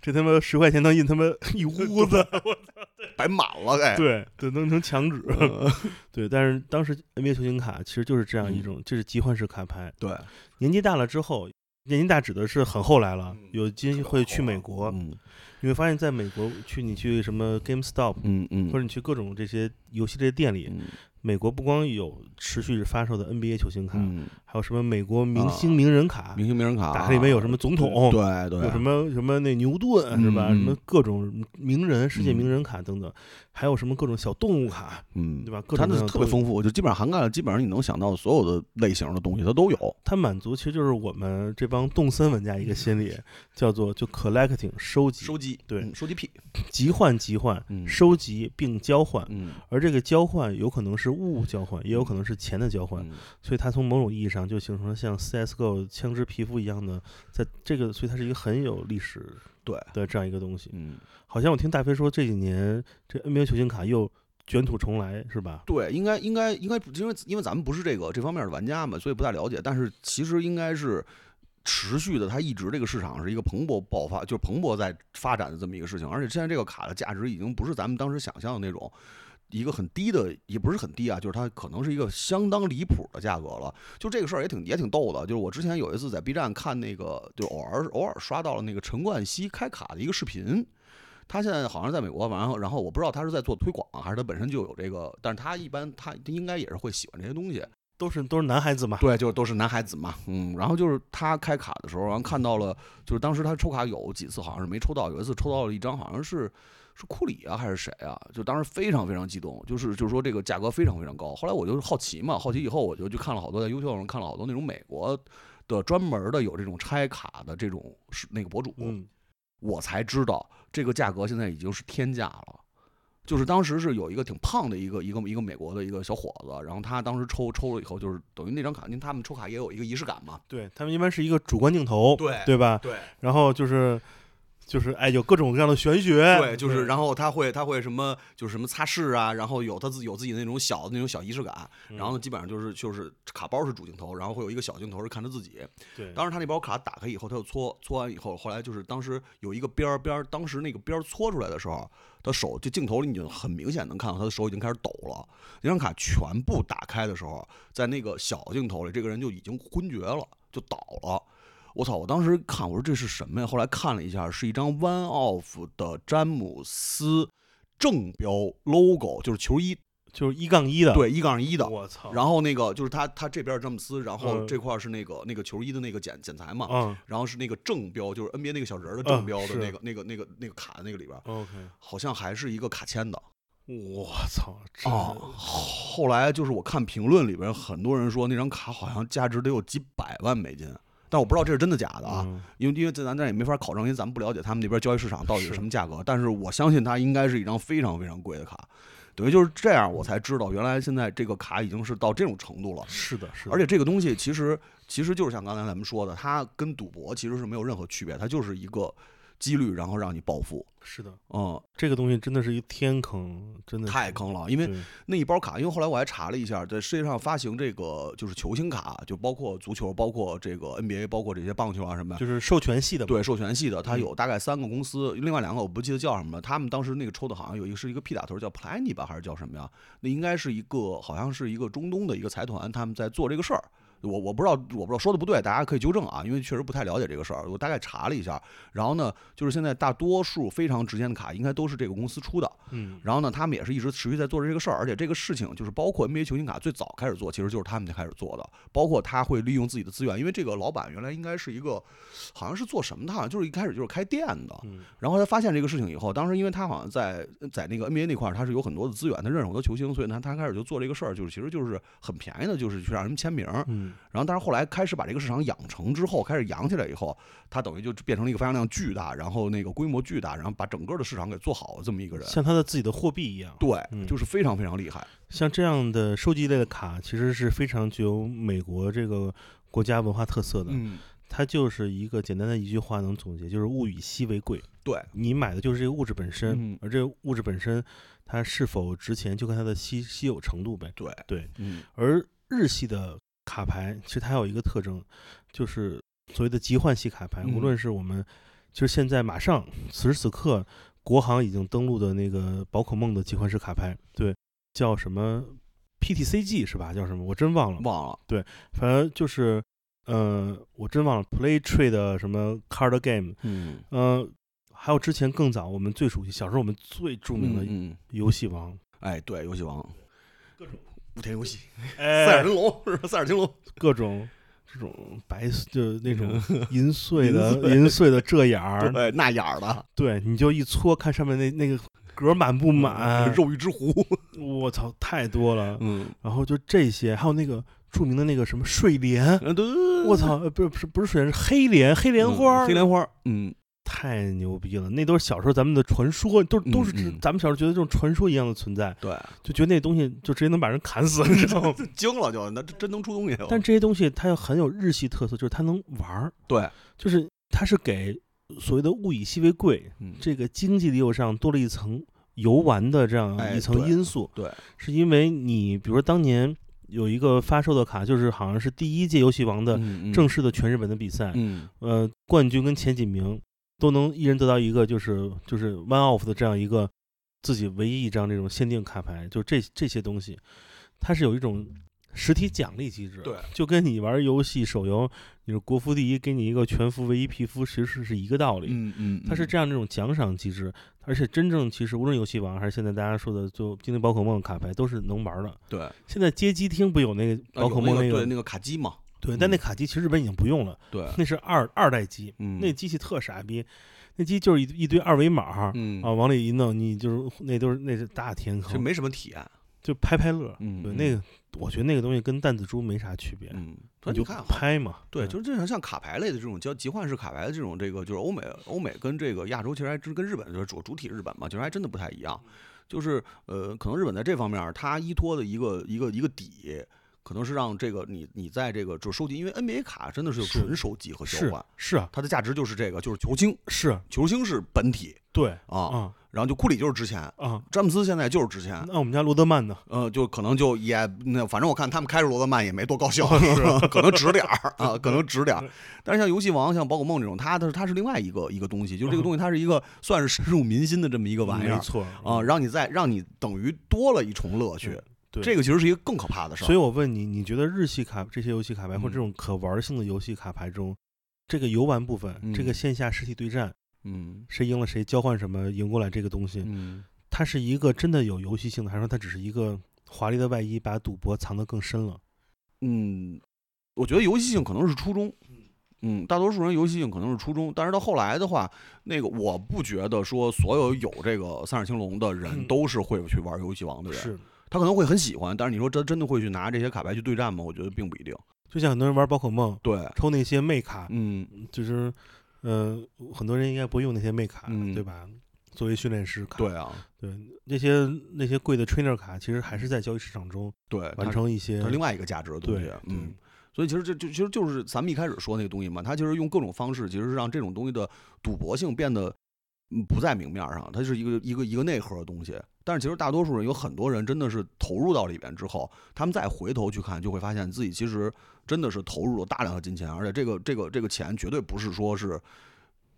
这他妈十块钱能印他妈一屋子，
*laughs* 摆满了，哎，
对对，能成墙纸，
嗯
*laughs* 对。但是当时 NBA 球星卡其实就是这样一种，这是集换式卡牌。
对，
年纪大了之后，年纪大指的是很后来了，有机会去美国，
嗯
你会发现在美国去你去什么 GameStop，
嗯嗯，
或者你去各种这些游戏这些店里，
嗯
美国不光有持续发售的 NBA 球星卡，
嗯，
还有什么美国明星
啊
名人卡，
明星名人卡，
打开里面有什么总统，
对对，
有什么什么那牛顿
嗯
是吧？
嗯
什么各种名人、世界
嗯
名人卡等等，还有什么各种小动物卡，
嗯
对，吧？各
它
种
那
各
是
样
特别
都有。
丰富，就基本上涵盖了基本上你能想到所有的类型的东西，它都有。
它满足其实就是我们这帮动森玩家一个心理，叫做就 collecting 收集、
集，
对
嗯收集癖，
集换、集换、
嗯
收集并交换。
嗯，
而这个交换有可能是物物交换，也有可能是钱的交换，
嗯
所以它从某种意义上就形成了像 CS:GO 枪支皮肤一样的，在这个，所以它是一个很有历史
对，
的这样一个东西。
嗯，
好像我听大飞说这几年这 NBA 球星卡又卷土重来，是吧？
对，应该应该应该不，因为因为咱们不是这个这方面的玩家嘛，所以不太了解。但是其实应该是持续的，它一直这个市场是一个蓬勃爆发，就是蓬勃在发展的这么一个事情。而且现在这个卡的价值已经不是咱们当时想象的那种。一个很低的，也不是很低啊，就是它可能是一个相当离谱的价格了。就这个事儿也挺也挺逗的，就是我之前有一次在 B 站看那个，就偶尔偶尔刷到了那个陈冠希开卡的一个视频，他现在好像是在美国，然后然后我不知道他是在做推广啊还是他本身就有这个，但是他一般他应该也是会喜欢这些东西。
都是都是男孩子嘛，
对，就是都是男孩子嘛，嗯，然后就是他开卡的时候，然后看到了，就是当时他抽卡有几次好像是没抽到，有一次抽到了一张好像是是库里啊还是谁啊，就当时非常非常激动，就是就是说这个价格非常非常高。后来我就好奇嘛，好奇以后我就去看了好多在优秀上看了好多那种美国的专门的有这种拆卡的这种是那个博主，
嗯，
我才知道这个价格现在已经是天价了。就是当时是有一个挺胖的一个一个一个美国的一个小伙子，然后他当时抽抽了以后，就是等于那张卡，因为他们抽卡也有一个仪式感嘛。
对他们一般是一个主观镜头，
对
对吧？
对
然后就是就是哎，有各种各样的玄学，
哎对，就是然后他会他会什么就是什么擦拭啊，然后有他自己有自己那种小的那种小仪式感，
嗯
然后基本上就是就是卡包是主镜头，然后会有一个小镜头是看他自己，
对，
当时他那包卡打开以后，他就搓搓完以后，后来就是当时有一个边儿边儿，当时那个边儿搓出来的时候，他手就镜头里你就很明显能看到他的手已经开始抖了。那张卡全部打开的时候，在那个小镜头里，这个人就已经昏厥了，就倒了。我操！我当时看，我说这是什么呀？后来看了一下，是一张 One Off 的詹姆斯正标 logo，就是球衣，
就是一杠一的，
对，一杠一的。
我操，
然后那个就是他，他这边是詹姆斯，然后
嗯
这块儿是那个那个球衣的那个剪剪裁嘛，
嗯
然后是那个正标，就是 NBA 那个小人儿的
嗯
正标的
是
那个那个那个那个卡的那个里边儿，
，OK，
好像还是一个卡签的。
我操，这
哦，后来就是我看评论里边很多人说那张卡好像价值得有几百万美金，但我不知道这是真的假的啊，
嗯
因为因为咱咱也没法考证，因为咱们不了解他们那边交易市场到底是
是
什么价格。但是我相信它应该是一张非常非常贵的卡，等于就是这样，我才知道原来现在这个卡已经是到这种程度了。
是的，是的，
而且这个东西其实其实就是像刚才咱们说的，它跟赌博其实是没有任何区别，它就是一个几率，然后让你暴富。
是的，
嗯，
这个东西真的是一天坑，真的
太
是
坑了，因为
对
那一包卡，因为后来我还查了一下，在世界上发行这个就是球星卡，就包括足球，包括这个 NBA，包括这些棒球啊什么的，
就是授权系的嘛，
对授权系的，它
嗯
有大概三个公司，另外两个我不记得叫什么了。他们当时那个抽的好像有一个是一个屁打头叫 Pliny 吧，还是叫什么呀？那应该是一个好像是一个中东的一个财团，他们在做这个事儿。我我不知道，我不知道说的不对，大家可以纠正啊，因为确实不太了解这个事儿。我大概查了一下，然后呢，就是现在大多数非常值钱的卡应该都是这个公司出的，
嗯，
然后呢，他们也是一直持续在做这个事儿，而且这个事情就是包括 NBA 球星卡最早开始做，其实就是他们就开始做的，包括他会利用自己的资源，因为这个老板原来应该是一个，好像是做什么的，好像就是一开始就是开店的，
嗯
然后他发现这个事情以后，当时因为他好像在在那个 NBA 那块儿他是有很多的资源，他认识很多球星，所以呢他开始就做这个事儿，就是其实就是很便宜的，就是去让人签名儿，
嗯，
然后，但是后来开始把这个市场养成之后，开始养起来以后，它等于就变成了一个发行量巨大，然后那个规模巨大，然后把整个的市场给做好的这么一个人。
像他的自己的货币一样，
对，
嗯
就是非常非常厉害。
像这样的收集类的卡，其实是非常具有美国这个国家文化特色的。
嗯，
它就是一个简单的一句话能总结，就是物以稀为贵。
对，
你买的就是这个物质本身，
嗯
而这个物质本身它是否值钱，就看它的稀稀有程度呗。
对，
对，
嗯，
而日系的卡牌其实它有一个特征，就是所谓的集换系卡牌，
嗯
无论是我们就是现在马上此时此刻国行已经登录的那个宝可梦的集换式卡牌，对，叫什么 PTCG 是吧？叫什么？我真忘了，
忘了，
反正就是。呃，我真忘了 Play Trade 的什么 Card Game，
嗯，
呃，还有之前更早我们最熟悉，小时候我们最著名的
嗯，
游戏王，
哎，对，游戏王，各种武田游戏，
*laughs* 哎
塞尔人龙是吧？塞尔青龙，
各种这种白就是那
*laughs*
种银碎
银
的
碎
银碎的这眼儿，
对，纳雅尔的
对，你就一搓看上面那那个格满不满，
嗯肉欲之狐，
我操太多了。
嗯，
然后就这些，还有那个著名的那个什么睡莲，
嗯对对对，
我操，呃不是不是不是睡莲，是黑莲，黑莲花，
黑莲花，嗯，
太牛逼了，那都是小时候咱们的传说，都都是
嗯嗯
咱们小时候觉得这种传说一样的存在，
对，
就觉得那东西就直接能把人砍死，你知
*laughs*
道吗？
惊了就，那这真能出东西，
但这些东西它又很有日系特色，就是它能玩儿，
对，
就是它是给所谓的物以稀为贵，
嗯，
这个经济利诱上多了一层游玩的这样
哎
一层
对
因素，
对，
是因为你比如说当年有一个发售的卡，就是好像是第一届游戏王的
嗯
正，式的全日本的比赛，
嗯
呃，冠军跟前几名都能一人得到一个，就是就是 one off 的这样一个自己唯一一张这种限定卡牌，就这这些东西，它是有一种实体奖励机制，
对，
就跟你玩游戏手游，你是国服第一，给你一个全服唯一皮肤，其实是是一个道理。
嗯嗯，
它是这样这种奖赏机制，而且真正其实无论游戏王还是现在大家说的就精灵宝可梦卡牌都是能玩的。
对，
现在街机厅不有那个
啊有
宝可梦
那
个
对那个卡机嘛，
对，但那
嗯
卡机其实日本已经不用了，
对，
那是二二代机，
嗯，
那机器特傻逼，那机就是一一堆二维码、
嗯
啊，往里一弄，你就是那都是那是大天
就
坑，
没什么体验，
就拍拍乐。
嗯
对，
嗯
那个我觉得那个东西跟弹子珠没啥区别，
嗯，所
你
以你
就
看哈，
拍嘛。嗯
对，就是这种像卡牌类的这种交集换式卡牌的这种，这个就是欧美欧美跟这个亚洲其实还真跟日本就是主主体日本嘛，其实还真的不太一样。
嗯
就是呃，可能日本在这方面儿它依托的一个一个一个底，可能是让这个你你在这个就收集，因为 NBA 卡真的是有
是
纯收集和交
是
换，
是啊
它的价值就是这个，就是球星，
是，啊
球星是本体
对
啊，
啊
然后就库里就是值钱，
啊。
詹姆斯现在就是值钱，
那我们家罗德曼呢？
呃，就可能就也那，反正我看他们开着罗德曼也没多高效，
哦
*laughs* 可能值点儿啊，可能值点
嗯
儿。但是像游戏王、像宝可梦这种，它它它是另外一个一个东西，就是这个东西它是一个算是深入民心的这么一个玩
嗯
意
没
儿
错
啊，，让你在让你等于多了一重乐趣
嗯。对
这个其实是一个更可怕的事
所以
儿。
我问你，你觉得日系卡这些游戏卡牌或者
嗯
这种可玩性的游戏卡牌中，这个游玩部分，
嗯
这个线下实体对战，
嗯
谁赢了谁交换什么赢过来这个东西，
嗯
它是一个真的有游戏性的，还是说它只是一个华丽的外衣，把赌博藏得更深了？
嗯，我觉得游戏性可能是初衷。嗯，大多数人游戏性可能是初衷，但是到后来的话，那个我不觉得说所有有这个三世青龙的人
嗯
都是会去玩游戏王的人，
是，
他可能会很喜欢，但是你说真真的会去拿这些卡牌去对战吗？我觉得并不一定。
就像很多人玩宝可梦，
对，
抽那些魅卡，
嗯
就是，呃，很多人应该不会用那些魅卡，
嗯
对吧？作为训练师卡，
对啊，
对那些那些贵的 trainer 卡，其实还是在交易市场中
对，
完
哎它
成一些
它是另外一个价值的东西
对，
嗯。所以其实这就其实就是咱们一开始说那个东西嘛，它其实用各种方式，其实是让这种东西的赌博性变得嗯不在明面上，它是一个一个一个内核的东西。但是其实大多数人有很多人真的是投入到里边之后，他们再回头去看，就会发现自己其实真的是投入了大量的金钱，而且这个这个这个钱绝对不是说是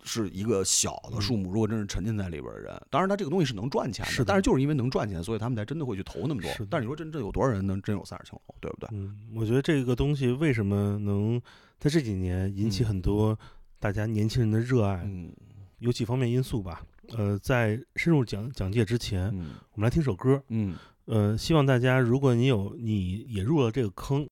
是一个小的数目。如果真是沉浸在里边的人，当然他这个东西是能赚钱
嗯是的
但是就是因为能赚钱，所以他们才真的会去投那么多
是的。
但是你说真正有多少人能真有三十青龙，对不对？
嗯，我觉得这个东西为什么能在这几年引起
嗯
很多大家年轻人的热爱，
嗯
有几方面因素吧。呃，在深入讲讲解之前，
嗯
我们来听首歌。
嗯。
呃，希望大家如果你有你也入了这个坑，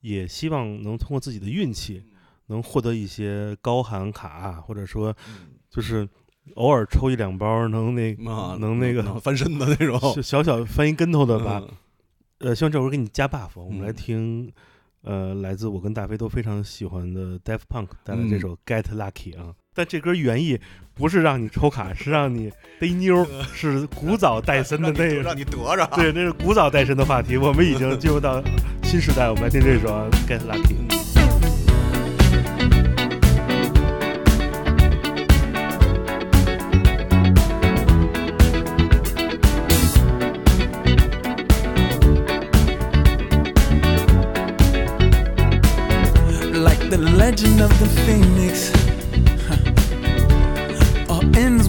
也希望能通过自己的运气，
嗯
能获得一些高喊卡啊，或者说
嗯
就是偶尔抽一两包能那 *laughs*
啊，
嗯能那个
翻身的那种
小，小小翻一跟头的吧。
嗯
呃，希望这首歌给你加 buff。我们来
嗯
听，呃，来自我跟大飞都非常喜欢的 Daft Punk 带来这
嗯
首《Get Lucky》啊。但这歌原意不是让你抽卡，是让
*laughs*
你逮妞儿，是古早带森的那个。
你得
*laughs*
着。啊
对，那是古早带森的话题。我们已经进入到新时代，我们来听这首《Get Lucky》。
like the legend of the phoenix. Huh. All ends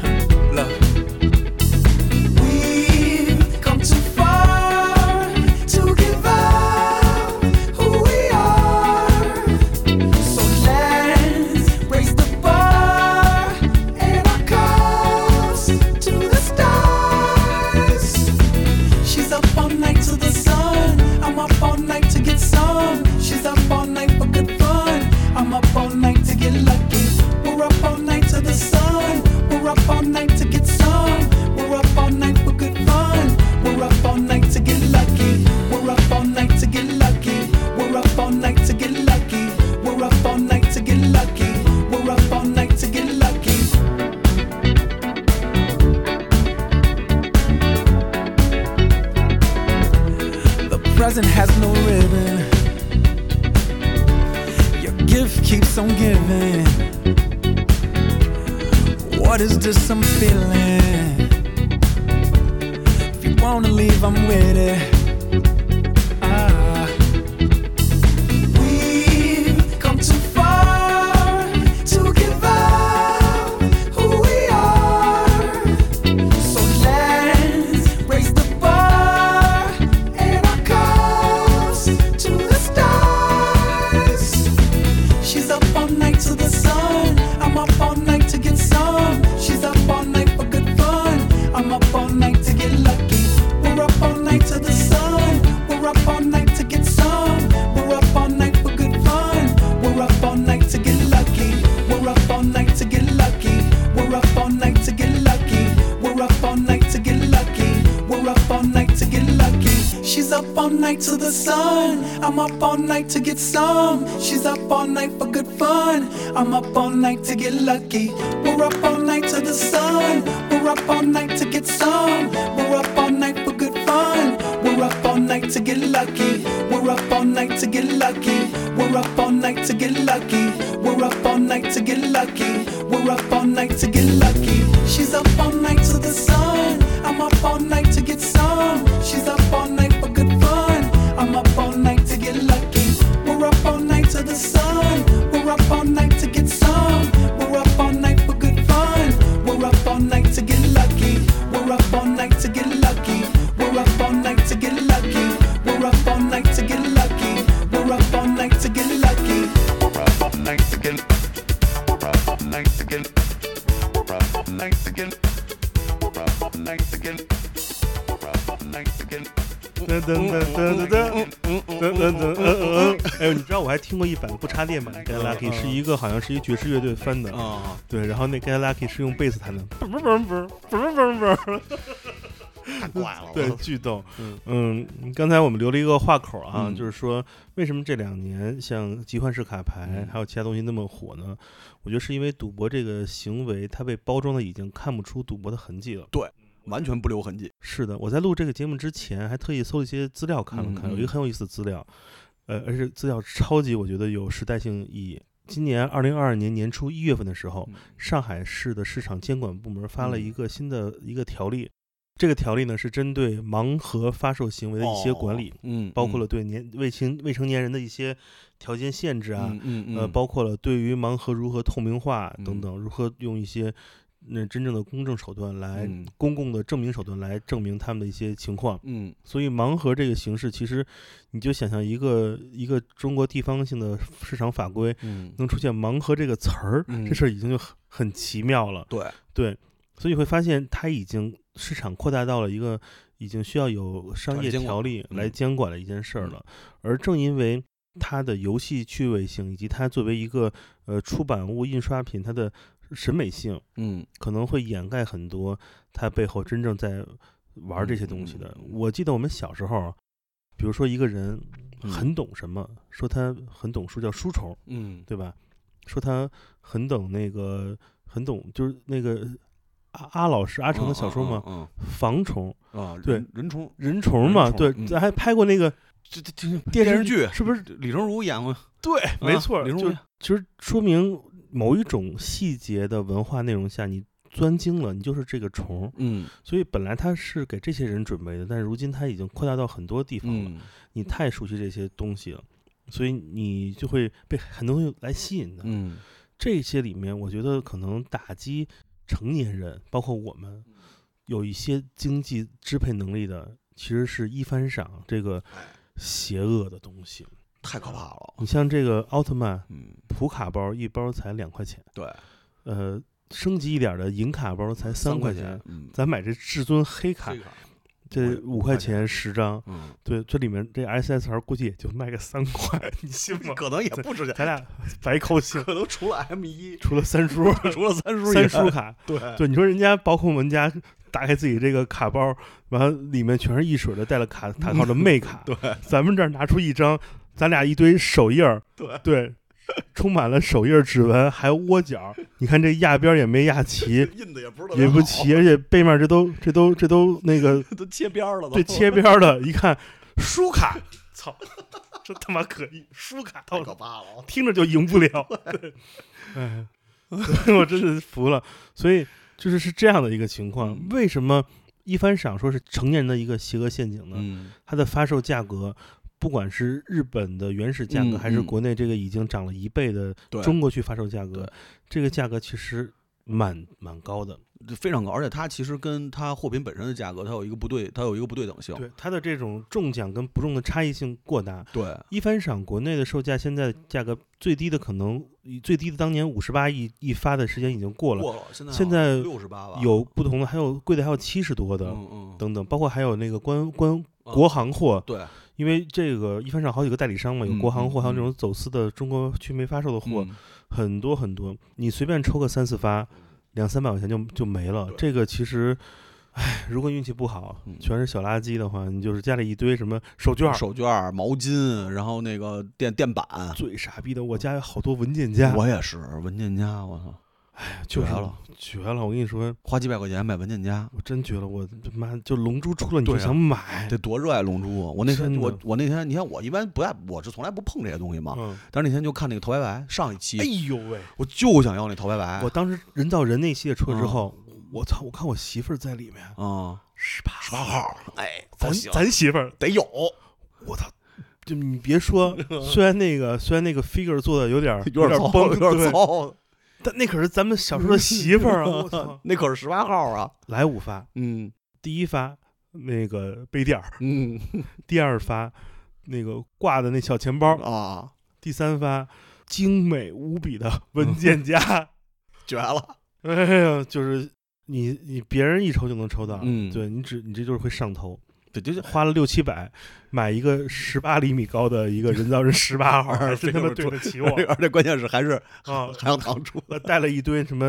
Huh. Look. We've come too far to give up who we are. So let's raise the bar and our cups to the stars. She's up all night to the sun. I'm up all night to get some. She's up all night for good fun. I'm up all night to get lucky. We're up all night to the sun. We're up all night to get some. We're up all night for good fun. We're up all night to get lucky. We're up all night to get lucky. We're up all night to get lucky. We're up all night to get lucky. We're up all night to get lucky. The present has no ribbon. Your gift keeps on giving. What is this I'm feeling? If you wanna leave, I'm with it. Ah. We've come too far to give up who we are. So let's raise the bar and our cups to the stars. She's up all night to the sun. I'm up all night to get some. She's up all night for good fun. I'm up all night to get lucky. We're up all night to the sun. We're up all night to get some. We're up all night for good fun. We're up all night to get lucky. We're up all night to get lucky. We're up all night to get lucky. We're up all night to get lucky. We're up all night to get lucky. She's up all night to the sun. I'm up all night to get some. She's up all night for good fun. I'm up all night to get lucky. We're up all night to the sun. We're up all night to get some. We're up all night for good fun. We're up all night to get lucky. We're up all night to get lucky. We're up all night to get lucky. We're up all night to get lucky. We're up all night to get lucky. She's up all night to the sun. I'm up all night to get some. She's up all night for good fun. I'm up all night to get lucky. We're up all night to the sun. We're up all night to get some. We're up all night for good fun. We're up all night to get lucky.
噔噔噔噔噔噔噔噔噔噔噔。哎呦，你知道我还听过一版不插电版的《Get Lucky》，是一个好像是一爵士乐队翻的。
啊，
对，然后那《Get Lucky》是用贝斯
嗯
弹的，嘣嘣嘣嘣嘣嘣嘣。
太怪了，
对
我，
巨逗
嗯。
嗯，刚才我们留了一个话口啊，
嗯
就是说为什么这两年像集换式卡牌、
嗯
还有其他东西那么火呢？我觉得是因为赌博这个行为，它被包装的已经看不出赌博的痕迹了。
完全不留痕迹。
是的，我在录这个节目之前还特意搜了一些资料看了看，
嗯嗯
有一个很有意思的资料，呃，而且资料超级我觉得有时代性意义。今年二零二二年年初一月份的时候，上海市的市场监管部门发了
嗯
一个新的一个条例，这个条例呢是针对盲盒发售行为的一些管理，
哦，嗯，
包括了对年未成未成年人的一些条件限制
嗯，
啊，
嗯嗯，
呃，
嗯
包括了对于盲盒如何透明化等
嗯
等，如何用一些那真正的公正手段来、
嗯
公共的证明手段来证明他们的一些情况。
嗯
所以盲盒这个形式，其实你就想象一个一个中国地方性的市场法规
嗯，
能出现盲盒这个词儿，这
嗯
事儿已经就很很奇妙了。
对，
对，所以会发现它已经市场扩大到了一个已经需要有商业条例
管
来监管的一件事儿了。而正因为它的游戏趣味性以及它作为一个呃出版物印刷品，它的审美性
嗯
可能会掩盖很多它背后真正在玩这些东西的
嗯嗯。嗯
我记得我们小时候，比如说一个人
嗯
很懂什么，说他很懂书叫书虫，
嗯，
对吧？说他很懂那个，很懂，就是那个阿阿老师阿
阿
成的小说嘛，
嗯
防虫、
嗯啊，
对
人人虫，
人虫嘛，
人虫
对，
嗯
咱还拍过那个
这这这
电
电视
视
剧
是不是？
李成儒演过，
对，没
啊
错，
李
就
成儒演，
其实说明某一种细节的文化内容下，你钻精了，你就是这个虫。
嗯
所以本来它是给这些人准备的，但是如今它已经扩大到很多地方了。
嗯
你太熟悉这些东西了，所以你就会被很多东西来吸引的。
嗯
这些里面，我觉得可能打击成年人，包括我们，
嗯
有一些经济支配能力的，其实是一番赏这个邪恶的东西。
太可怕了，
你像这个奥特曼
嗯，
普卡包一包才两块钱，
对，
呃，升级一点的银卡包才三
块
钱，，
嗯，
咱买这至尊黑卡
这，个
这
五
五
块
块钱十张，
嗯，
对，这里面这 SSR 估计也就卖个三块， *laughs* 你信吗？
可能也不值钱，
咱俩白高兴，
可能除了 M 一，
除了三叔，
*laughs* 除了三叔以外，
三叔卡，
对
对，你说人家宝可梦家打开自己这个卡包，完了里面全是一水的带了卡卡号的魅卡，
*laughs* 对，
咱们这儿拿出一张，咱俩一堆手印儿，
对，
对，充满了手印儿、指纹，还有窝角。你看这压边儿也没压齐
印的也不是特别
也不
好
齐，，而且背面这都这都这都那个
都切边儿了都，
这切边儿的，一看书卡，
*laughs*
操，这他妈可以，书卡到
太
了
可怕了，
听着就赢不
*laughs*
了。对，哎， *laughs* 我真是服了。所以就是是这样的一个情况。
嗯
为什么一番赏说是成年人的一个邪恶陷阱呢？
嗯
它的发售价格，不管是日本的原始价格，
嗯
还是
嗯
国内这个已经涨了一倍的
对
中国区发售价格
对，
这个价格其实蛮蛮高的。
这非常高，而且它其实跟它货品本身的价格，它有一个不对，它有一个不对等性。
对它的这种中奖跟不中的差异性过大。
对，
一番赏国内的售价现在价格最低的可能最低的当年五十八亿一发的时间已经过了，
过了，现在
现在
六十八吧，
有不同的，还有贵的，还有七十多的、
嗯嗯，
等等，包括还有那个关关
啊
国行货，
对
因为这个一番上好几个代理商嘛，有
嗯
国行货，
嗯
还有那种走私的中国区没发售的货，
嗯
很多很多，你随便抽个三四发，两三百块钱就就没了
对。
这个其实，唉，如果运气不好，
嗯
全是小垃圾的话，你就是家里一堆什么手绢儿。
手绢儿、毛巾，然后那个电电板，
最傻逼的，我家有好多文件夹，
我也是文件夹，我操，
就是
绝了，
绝了！我跟你说，
花几百块钱买文件夹，
我真绝了，我他妈就《龙珠》出了你就
对啊
想买，
得多热爱龙珠啊！我那天
哎真的
我我那天你看我一般不爱，我是从来不碰这些东西嘛。
嗯，
但是那天就看那个陶白白上一期，
哎呦喂，
我就想要那陶白白，
我当时人造人那系列出了之
嗯
后，我操！我看我媳妇儿在里面，
啊
十八
十八号，哎，
咱
不行
咱媳妇儿，
得有，
我操！就你别
*laughs*
说，虽然那个虽然那个 figure 做的有点儿
有点
点
糙，
崩，
有点
对，
糙，
但那可是咱们小时候的媳妇儿啊！我
*laughs*
操，
那可是十八号啊，
来五发，
嗯
第一发那个杯垫儿，
嗯
第二发那个挂的那小钱包，
啊，
第三发
*laughs*
精美无比的文件夹，
绝了，
*laughs* 哎呀，就是你你别人一抽就能抽到，
嗯
对你只你这就是会上头，
对，就是
花了六七百买一个十八厘米高的一个人造人十八号，
*laughs*
还真他妈对得起我
而且关键是还是
啊！
还要糖出。
我带了一堆什么，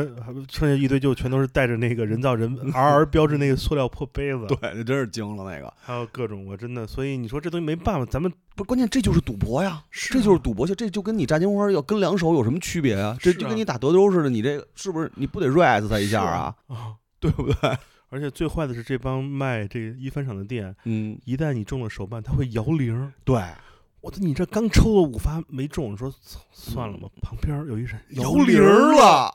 剩下一堆就全都是带着那个人
*laughs*
造人 RR 标志那个塑料破杯子，
对，这真是惊了那个，
还有各种，我真的，所以你说这东西没办法，咱们
不是关键，这就是赌博呀，
是
这就是啊赌博，就这就跟你炸金花要跟两手有什么区别啊？这
是
就
啊
跟你打德州似的，你这个是不是你不得 rise 他一下啊？
啊，
对不对？
*laughs* 而且最坏的是这帮卖这个一番赏的店，
嗯，
一旦你中了手办，它会摇铃儿。
对，
我操，你这刚抽了五发没中，你说操算
嗯
了吧。旁边有一人
摇
铃
铃
儿
儿，了，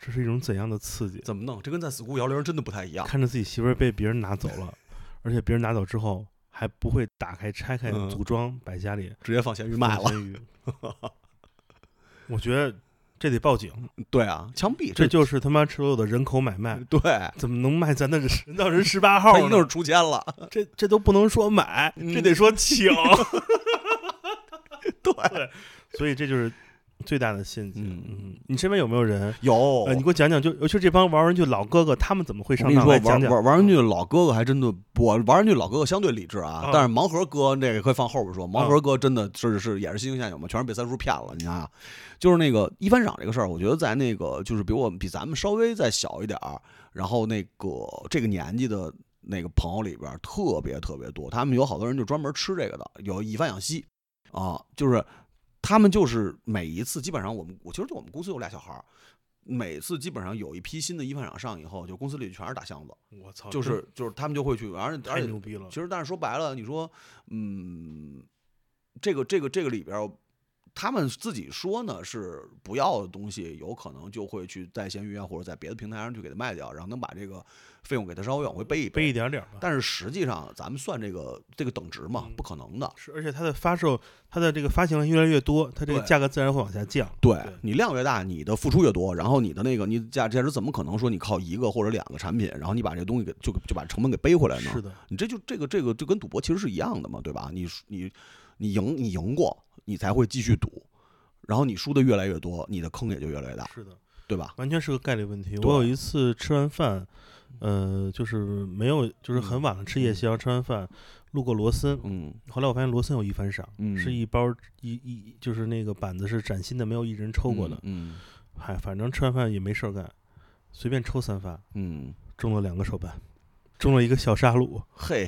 这是一种怎样的刺
*laughs*
激？
怎么弄？这跟在 school 摇铃儿真的不太一样。
看着自己媳妇儿被别人拿走
*laughs*
了，而且别人拿走之后还不会打开、拆开、
嗯
组装，摆家里
直接放咸鱼卖
放
了， *laughs*
咸鱼我觉得这得报警，
对啊，枪毙，
这就是他妈赤裸裸的人口买卖，
对，
怎么能卖咱的人造人十八号
嗯他
呢？
一定是出千了，
这这都不能说买，
嗯
这得说请。
*laughs* 对，
所以这就是最大的陷阱。
嗯
嗯，你身边有没有人？
有，
呃，你给我讲讲，就尤其是这帮玩玩具老哥哥，他们怎么会
哦
上
我跟你
当？
说，
来
玩
讲
玩
讲。
玩玩具的老哥哥还真的，我玩玩具老哥哥相对理智啊，
嗯
但是盲盒哥那个可以放后边说，盲
嗯
盒哥真的是是也是新兴现有嘛，全是被三叔骗了。你想想，就是那个一番赏这个事儿，我觉得在那个就是比我们比咱们稍微再小一点儿，然后那个这个年纪的那个朋友里边儿特别特别多，他们有好多人就专门吃这个的，有以贩养吸啊，就是他们就是每一次基本上我们我其实就我们公司有俩小孩儿。每次基本上有一批新的一贩赏上以后，就公司里全是大箱子，
我操，
就
哦真
是就是他们就会去，而且
太
而且
牛逼了
其！实但是说白了，你说嗯，这个这个这个里边儿，他们自己说呢是不要的东西，有可能就会去在闲鱼啊或者在别的平台上去给它卖掉，然后能把这个费用给它稍微往回背一
背一。点点儿吧。
但是实际上，咱们算这个这个等值嘛，
嗯
不可能的。
是，而且它的发售，它的这个发行量越来越多，它这个
对
价格自然会往下降。
对
对
你量越大，你的付出越多，然后你的那个你价价值怎么可能说你靠一个或者两个产品，然后你把这东西给就就把成本给背回来呢？
是的，
你这就这个这个就跟赌博其实是一样的嘛，对吧？你输你你赢你赢过，你才会继续赌，然后你输的越来越多，你的坑也就越来越大，
是的，
对吧？
完全是个概率问题。
对
我有一次吃完饭，呃，就是没有，就是很晚了，吃夜宵，吃完饭路过罗森，
嗯
后来我发现罗森有一番赏，
嗯
是一包一一就是那个板子是崭新的，没有一人抽过的。
嗯
嗨，反正吃完饭也没事儿干，随便抽三发，
嗯，
中了两个手办，中了一个小沙鲁，
嘿，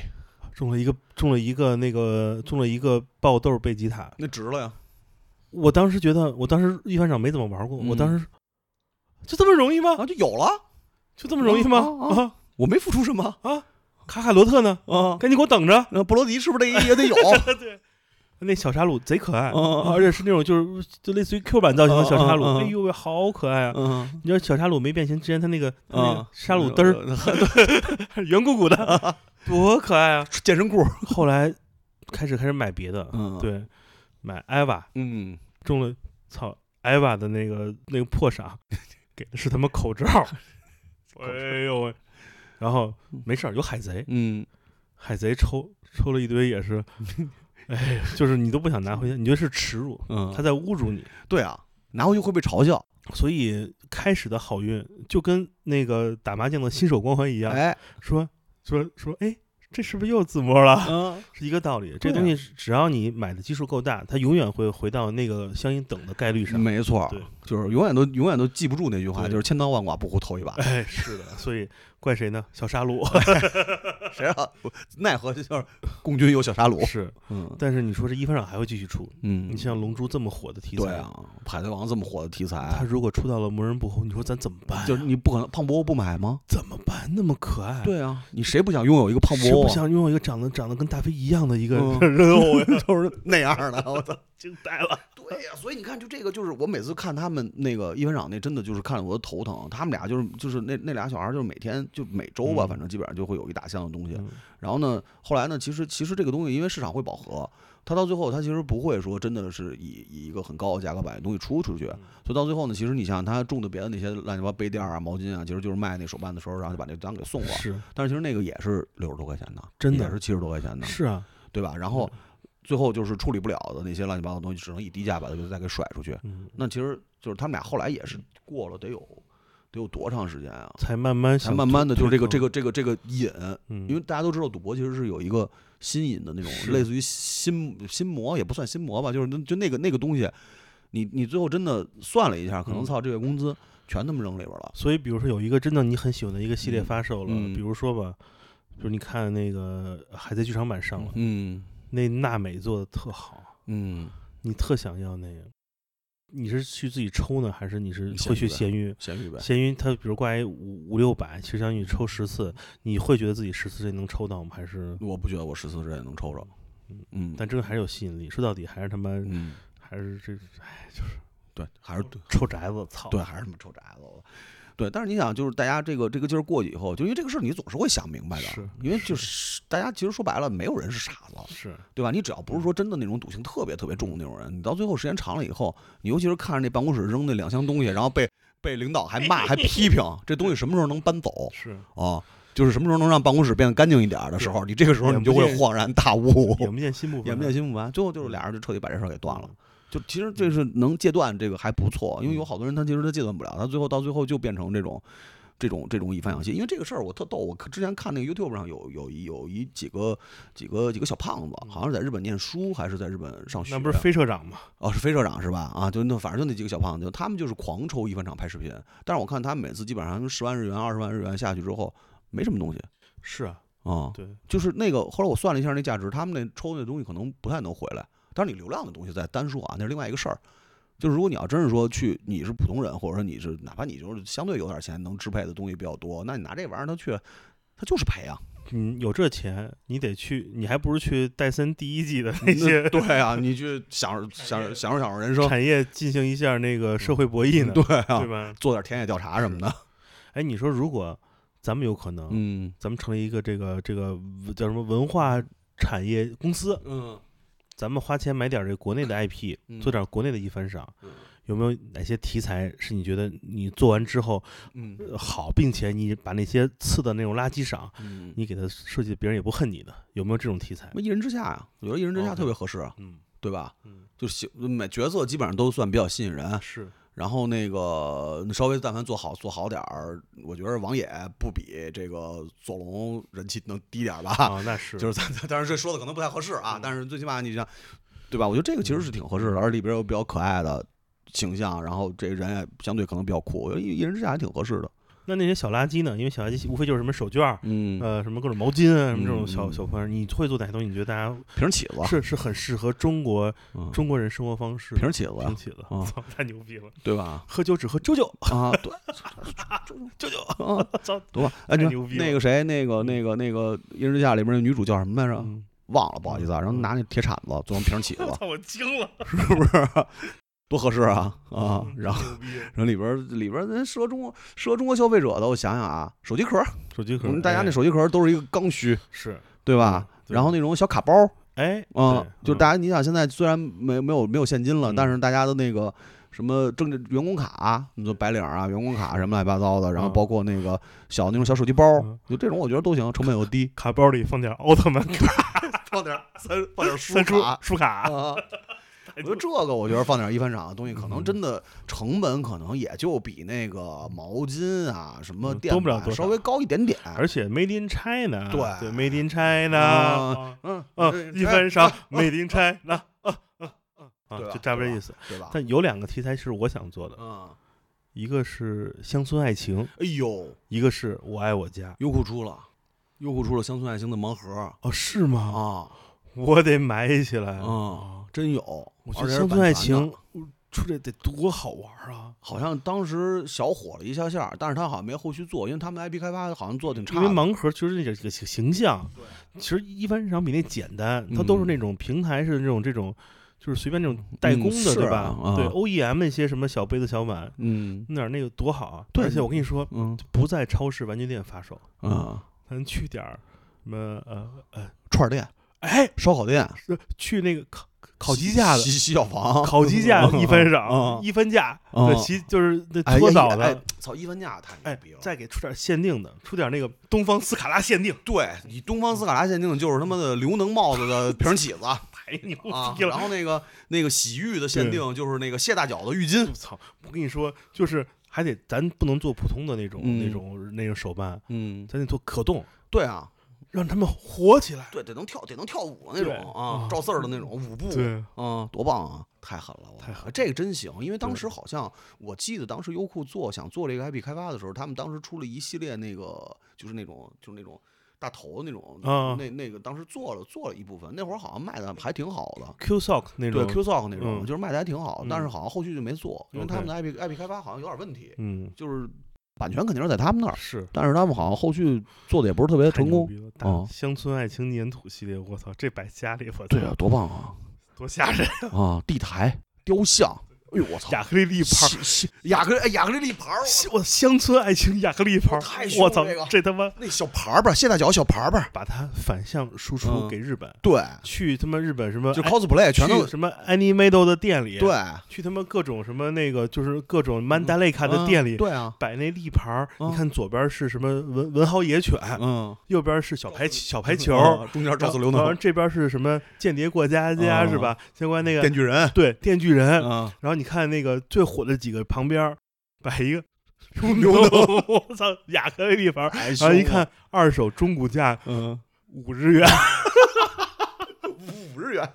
中了一个中了一个那个中了一个爆豆贝吉塔。
那值了呀！
我当时觉得，我当时一番赏没怎么玩过，
嗯
我当时就这么容易吗？
啊，就有了，
就这么容易吗？
啊啊
啊，
我没付出什么
卡卡罗特呢？
啊。
赶紧给我等着！
那布罗迪是不是得
*laughs*
也得有？
那小沙鲁贼可爱，
嗯嗯
而且是那种就是就类似于 Q 版造型的小沙鲁，
嗯嗯嗯
哎呦喂，好可爱啊！
嗯
你知道小沙鲁没变形之前，它那个它那个
啊，
沙鲁嘚 *laughs* 儿
儿，嗯
圆鼓鼓的，多可爱啊！
健身裤，
后来开始开始买别的，
嗯
对，买艾娃
嗯，
中了，操艾娃的那个那个破赏，给的是他妈口
*laughs*
罩，哎呦喂！然后没事儿，有海贼，
嗯，
海贼抽抽了一堆也
*laughs*
是，哎，就是你都不想拿回家，你觉得是耻辱，
嗯
他，在侮辱你。
对啊，拿回去会被嘲笑。
所以开始的好运就跟那个打麻将的新手光环一样，
哎，
说说说，哎，这是不是又自摸了？
嗯，
是一个道理。这
对啊
东西是只要你买的基数够大，它永远会回到那个相应等的概率上。
没错
啊对，
就是永远都永远都记不住那句话，
对
就是千刀万剐不糊头一把。
*laughs* 哎，是的，所以怪谁呢？小沙
*laughs*
鲁
谁让奈何这就是共军有小沙鲁？
是，
嗯
但是你说这一番赏还会继续出。
嗯
你像《龙珠》这么火的题材，
对啊，海贼王这么火的题
它
材，哎
如果出到了魔人布欧，你说咱怎么办呀？
就是你不可能胖伯伯不买吗？
怎么办？那么可爱，，
对啊，你谁不想拥有一个胖伯
谁
伯
不
啊？
想拥有一个长得长得跟大飞一样的一个
嗯
*laughs* 人偶呀？
就是那样的，我操！
惊呆了。
*laughs* 对呀、所以你看，就这个，就是我每次看他们那个一番赏，那真的就是看得我都头疼。他们俩就是就是那那俩小孩，就是每天就每周吧，
嗯
反正基本上就会有一大箱的东西。
嗯
然后呢，后来呢，其实其实这个东西因为市场会饱和，它到最后它其实不会说真的是以以一个很高的价格把东西出出去，
嗯
所以到最后呢，其实你像他种的别的那些乱七八杯垫儿啊、毛巾啊，其实就是卖那手办的时候，然后就把那单给送了。
是
但是其实那个也是六十多块钱的，
真的
也是七十多块钱的，
是啊，
对吧？然后最后就是处理不了的那些乱七八糟的东西，只能以低价把它给再给甩出去。
嗯，
那其实就是他们俩后来也是过了得有得有多长时间啊？
才慢慢
才
想
慢慢的
推
就是这个
推
这
动
个这个这个瘾，
嗯，
因为大家都知道赌博其实是有一个心瘾的那种，
是
类似于心心魔也不算心魔吧，就是那就那个那个东西，你你最后真的算了一下，可能
嗯
操这月工资全他妈扔里边了。
所以比如说有一个真的你很喜欢的一个系列
嗯
发售了，
嗯
比如说吧，就是你看那个还在剧场版上了，
嗯
那娜美做的特好，
嗯，
你特想要那个，你是去自己抽呢，还是你是
闲
会
鱼
去
呗
闲鱼？
咸鱼呗。
闲鱼它比如挂一五五六百，其实相当于你抽十次，你会觉得自己十次之内能抽到吗？还是
我不觉得我十四岁也能抽着。嗯，
但这个还是有吸引力，说到底还是他妈
嗯，
还是这哎
对，还是
臭宅子，操！
对，还是他妈臭宅子了。对，但是你想，就是大家这个这个劲儿过去以后，就因为这个事儿，你总是会想明白的，
是
因为就是大家其实说白了，没有人是傻子，
是
对吧？你只要不是说真的那种赌性特别特别重的那种人，你到最后时间长了以后，你尤其是看着那办公室扔那两箱东西，然后被被领导还骂还批评，这东西什么时候能搬走
是，
啊？就是什么时候能让办公室变得干净一点儿的时候，你这个时候
眼
你就
不
会
见
恍然大悟，
眼不见心不
眼
烦，
不见心不烦。最后就是俩人就彻底把这事儿给断
嗯
了。就其实这是能戒断，这个还不错，因为有好多人他其实他戒断不了，他最后到最后就变成这种。这种这种以贩养吸，因为这个事儿我特逗，我之前看那个 YouTube 上有有一有一几个几个几个小胖子，好像是在日本念书还是啊在日本上学，
嗯那不是飞社长吗？
哦是飞社长是吧？啊，就那反正就那几个小胖子，他们就是狂抽一番厂拍视频，但是我看他们每次基本上十万日元、二十万日元下去之后，没什么东西
是啊，
啊，
对，
就是那个，后来我算了一下那价值，他们那抽那东西可能不太能回来。但是你流量的东西在单说啊，那是另外一个事儿。就是如果你要真是说去，你是普通人，或者说你是哪怕你就是相对有点钱能支配的东西比较多，那你拿这玩意儿它去，它就是赔啊。
你嗯有这钱，你得去，你还不如去戴森第一季的那
那
些哎
对啊，你去享
*laughs*
受享受享受享受人生，
产业进行一下那个社会博弈呢，
对啊，
对吧？
做点田野调查什么的，
哎，你说如果咱们有可能，
嗯
咱们成立一个这个这个文叫什么文化产业公司，
嗯，
咱们花钱买点这国内的 IP，、
嗯
做点国内的一番赏，有没有哪些题材是你觉得你做完之后
嗯
呃好，并且你把那些次的那种垃圾赏，
嗯，
你给它设计，别人也不恨你的，有没有这种题材？
那一人之下呀，我觉得一人之下
OK
特别合适啊，
嗯，
对吧？
嗯，
就是喜每角色基本上都算比较吸引人，
是
然后那个稍微但凡做好做好点儿，我觉得王野不比这个左龙人气能低点儿吧？ *laughs*
啊，那是嗯
就是咱咱当然这说的可能不太合适啊，但是最起码你像，对吧？我觉得这个其实是挺合适的，而里边有比较可爱的形象，然后这个人也相对可能比较酷，我觉得一一人之下还挺合适的。
那那些小垃圾呢？因为小垃圾无非就是什么手绢儿。
嗯，
呃，什么各种毛巾啊，什么这种小
嗯
小朋友，你会做哪些东西？你觉得大家
瓶起子，
是是很适合中国
嗯
中国人生活方式？
瓶起子，
挺起的，
啊
操，太牛逼了！
对吧？
喝酒只 *laughs* 喝啾啾，
啊，对，
*laughs*
舅舅啊，
操，
对吧？哎，你
太
说
牛逼了
那个谁，那个那个那个一人之下里边那女主叫什么来着？
嗯
忘了，不好意思啊。然后拿那铁铲子做成
*laughs*
瓶起子，
操，我惊了
是不是？多合适啊啊！
嗯
然后，
牛逼
然后里边儿里边儿人适合中国适合中国消费者的，我想想啊，手机壳儿，
手机壳
我，们大家
哎
那手机壳儿都是一个刚需，
是嗯
对吧？
对
然后那种小卡包儿
哎，
啊，
对
就是大家你想现在虽然没没有没有现金了，
嗯
但是大家的那个什么政治员工卡啊，你说白领儿啊，员工卡什么乱七八糟的，然后
嗯
包括那个小那种小手机包儿
嗯，，
就这种我觉得都行，成本又低
卡包里放点奥特
*laughs*
曼卡、
放点三放点
三叔书 *laughs* 卡，
啊。我觉得这个，我觉得放点一番厂的东西，可能真的成本可能也就比那个毛巾啊、什么
嗯
电
多不了
板
多少
稍微高一点点。
而且 Made in China，
对
对，Made in
啊
China，
嗯
嗯，一番赏，Made in China，啊啊啊，
对吧
就差不多这意思。
对吧？
但有两个题材是我想做的，
嗯，
一个是乡村爱情，
哎呦，
一个是我爱我家。
优酷出了，优酷出了乡村爱情的盲盒
哦，是吗？
啊
我得埋起来。
啊，真有！
哎我觉
而
得
且是
乡村爱
版权的
情出这得多好玩啊！
好像当时小火了一下下，但是他好像没后续做，因为他们 IP 开发好像做的挺差
因
的。
为盲盒其实那几个形形象，其实一般市场比那简单，它都是
嗯
那种平台式的那种这种，就是随便那种代
嗯
工的，
是
对吧
啊？啊
对 OEM 那些什么小杯子、小碗，
嗯
那点儿那个多好啊！
对
而且我跟你说，
嗯
不在超市、玩具店发售，
啊，
咱去点儿什么呃呃，
串儿店、
哎，
烧烤店、
是去那个烤烤鸡架的
洗。洗脚房、
烤鸡架一分
啊
赏，一分价，
啊
对，其就是那
哎
搓
哎
澡
哎
的，，
操，一分价太
哎
牛逼了！，
再给出点限定的，出点那个东方斯卡拉限定，
对你东方斯卡拉限定就是他妈的刘能帽子的
*laughs*
瓶起子啊，
太牛逼了
然！后那个那个洗浴的限定就是那个谢大脚的浴巾
我操！我跟你说，就是还得咱不能做普通的那种、
嗯
那种那种手办，
嗯，
咱得做可动，
对啊，
让他们火起来。
对，得能跳，得能跳舞那种
对
啊
啊，
赵四儿的那种舞步，
对，
啊，多棒啊！太狠了，我
太狠了
这个真行。因为当
对
时好像我记得，当时优酷做想做这个 IP 开发的时候，他们当时出了一系列那个，就是那种就是那种大头那种，
啊
那那个当时做了做了一部分，那会儿好像卖的还挺好的。
Q Sock 那
对
种
Q Sock 那种，
嗯
就是卖的还挺好，但是
嗯
好像后续就没做，因为他们
OK
的 IP IP 开发好像有点问题，
嗯，
就是版权肯定是在他们那儿，
是
但是他们好像后续做的也不是特别
太
啊成
牛
功。
逼了。
哦
大乡村爱情粘土系列，我操，这摆家里，我操
对，啊，多
*laughs*
棒啊！
多吓人！
啊，地台雕像，哎呦我操！
亚克力立牌儿，
西西亚克哎亚克力立牌儿，我操
我乡村爱情亚克力牌儿
太，
我
凶
操
了这个，
这他妈
那小牌儿吧，蟹大脚小牌儿吧，
把它反向输
嗯
出给日本，
对，
去他妈日本什么
就
哎
cosplay 全都
去什么 Animado 的店里，
对，，嗯
去他妈各种什么那个就是各种曼达雷卡的店里
嗯对啊，
摆那立牌儿，
嗯
你看左边是什么文文豪野犬，
嗯，
右边是小排小排球，啊
嗯中间赵四流
然后
能，
这边是什么间谍过家家
嗯
是吧？相关那个
电锯人，
对电锯人，
嗯，
然后你看那个最火的几个旁边儿摆一
*laughs*
个
牛啊
牛
头，
头，我操，雅克力立牌儿，
然
然后啊一看，二手中古价
哎嗯，
五十元，嗯
五日元，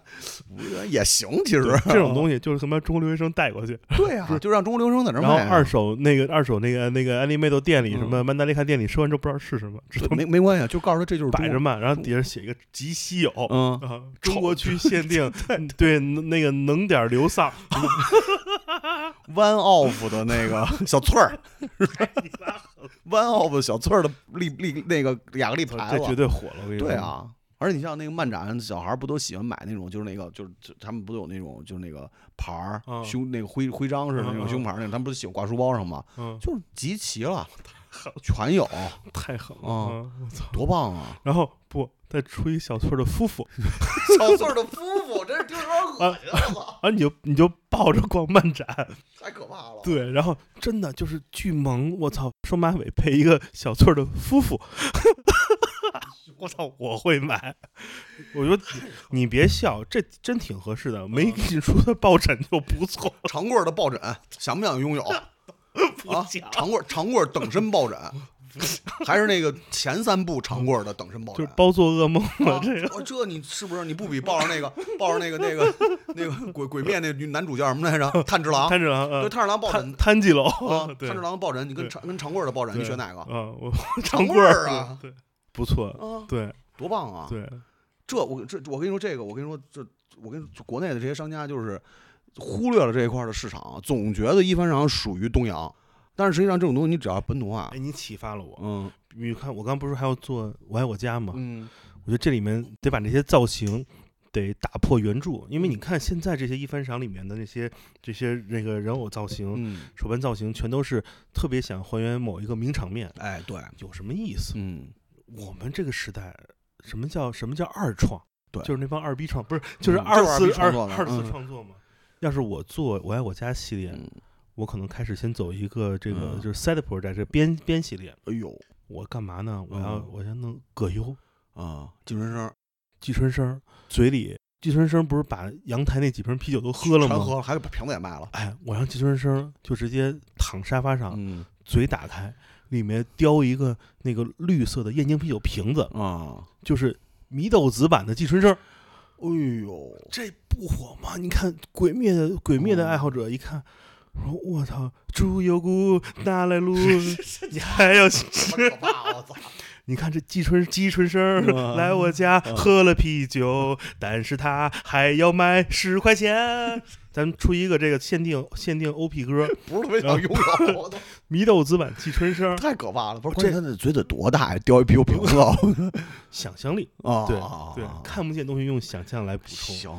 五日元也行，其实
这种东西就是他妈中国留学生带过去，
对啊，就让中国留学生在那儿
然后
卖啊，
二手那个二手那个那个 Animado 店里
嗯
什么曼达雷卡店里收完之后不知道是什么，只
对
能
没没关系，啊就告诉他这就是中
摆着，卖，然后底下写一个极稀有。
嗯，
啊，中
*laughs*
国区限定，对，那个能点儿流丧，
弯 off 的
*laughs*
那个小翠儿，
你妈
弯 off 小翠儿的立立那个雅克力牌
这
子，
绝对火了，我跟你说。
对，啊，而且你像那个漫展，小孩儿不都喜欢买那种，就是那个，就是就他们不都有那种，就是那个牌儿、
嗯
胸那个徽徽章似的那种
嗯嗯
胸牌儿那种，他们不是喜欢挂书包上吗？
嗯，
就是集齐
*laughs*
了，全有，
太狠了，
嗯
嗯我操！！
多棒啊 *laughs*
然后不再出一小撮的夫妇，
小穗儿的夫妇，真是听着有点恶心了，
啊，你就你就抱着逛漫展，
太可怕了。
对，然后真的就是巨萌，我操，双马尾配一个小撮的夫
*laughs*
妇，我操，我会买，我觉得你你别笑，这真挺合适的，没给
嗯
你出的抱枕就不
*laughs*
错了，
长棍儿的抱枕，想不
*laughs*
想拥有？啊，
想
长棍儿长棍儿等身
*laughs*
抱枕，还是那个前三部长棍儿的等身抱
就
枕
是。包做噩梦
啊
了，这个
我这你是不是你不比抱着那个抱着那个那个 *laughs* 那个鬼鬼面那女男主叫什么来着？炭
*laughs*
治郎，
摊着啊，
对
呃
炭治郎抱
摊
枕
摊几楼
啊，，炭
*laughs* 对
治，郎的抱枕，你跟
对
长跟长棍儿的抱枕，你
对
选哪个？
啊，
*laughs*
我
长
棍
棍儿啊
对，对不错，
啊，
对
多棒啊！
对，
这我这我跟你说这个，我跟你说这我跟你说国内的这些商家就是忽略了这一块儿的市场，啊总觉得一番赏属于东洋，但是实际上这种东西你只要本土化
哎，，你启发了我，
嗯
你看我刚不是还要做我爱我家吗？
嗯
我觉得这里面得把这些造型得打破原著，因
嗯
为你看现在这些一番赏里面的那些这些那个人偶造型、
嗯，
手办造型，全都是特别想还原某一个名场面，
哎对，
有什么意思？
嗯
我们这个时代，什么叫什么叫二创？
对
就是那帮二逼创，不是就是
嗯
二
就是二
次
逼创作的
二次
嗯
创作嘛。要是我做《我爱我家》系列，
嗯，
我可能开始先走一个这个、
嗯
就是 side project 这编编系列。
哎呦
我干嘛呢？我要、
嗯
我先弄葛优，
啊，金春生
季春生嘴里，季春生不是把阳台那几瓶啤酒都喝了
全喝
吗？
了，还把瓶子也卖了，
哎，我让季春生就直接躺沙发上，
嗯
嘴打开，里面叼一个那个绿色的燕京啤酒瓶子，
啊。
就是祢豆子版的季春生。
哎呦，嗯
这不火吗？你看鬼灭的鬼灭的爱好者一看。我说我操，猪油骨大来
*laughs*
路，你还要 *laughs*
可怕！啊我操，
你看这季春季春生
嗯
来我家喝了啤酒，但是他还要卖十块钱。 *laughs* 咱们出一个这个限定限定 OP 歌，
*laughs* 不是特别想拥有，我操
祢豆子版季春生，
*laughs* 太可怕了！不是，
这
关键他那嘴得多大呀，叼一啤酒瓶子啊！
想象力，
哦
对对，看不见东西用想象来补充，
行，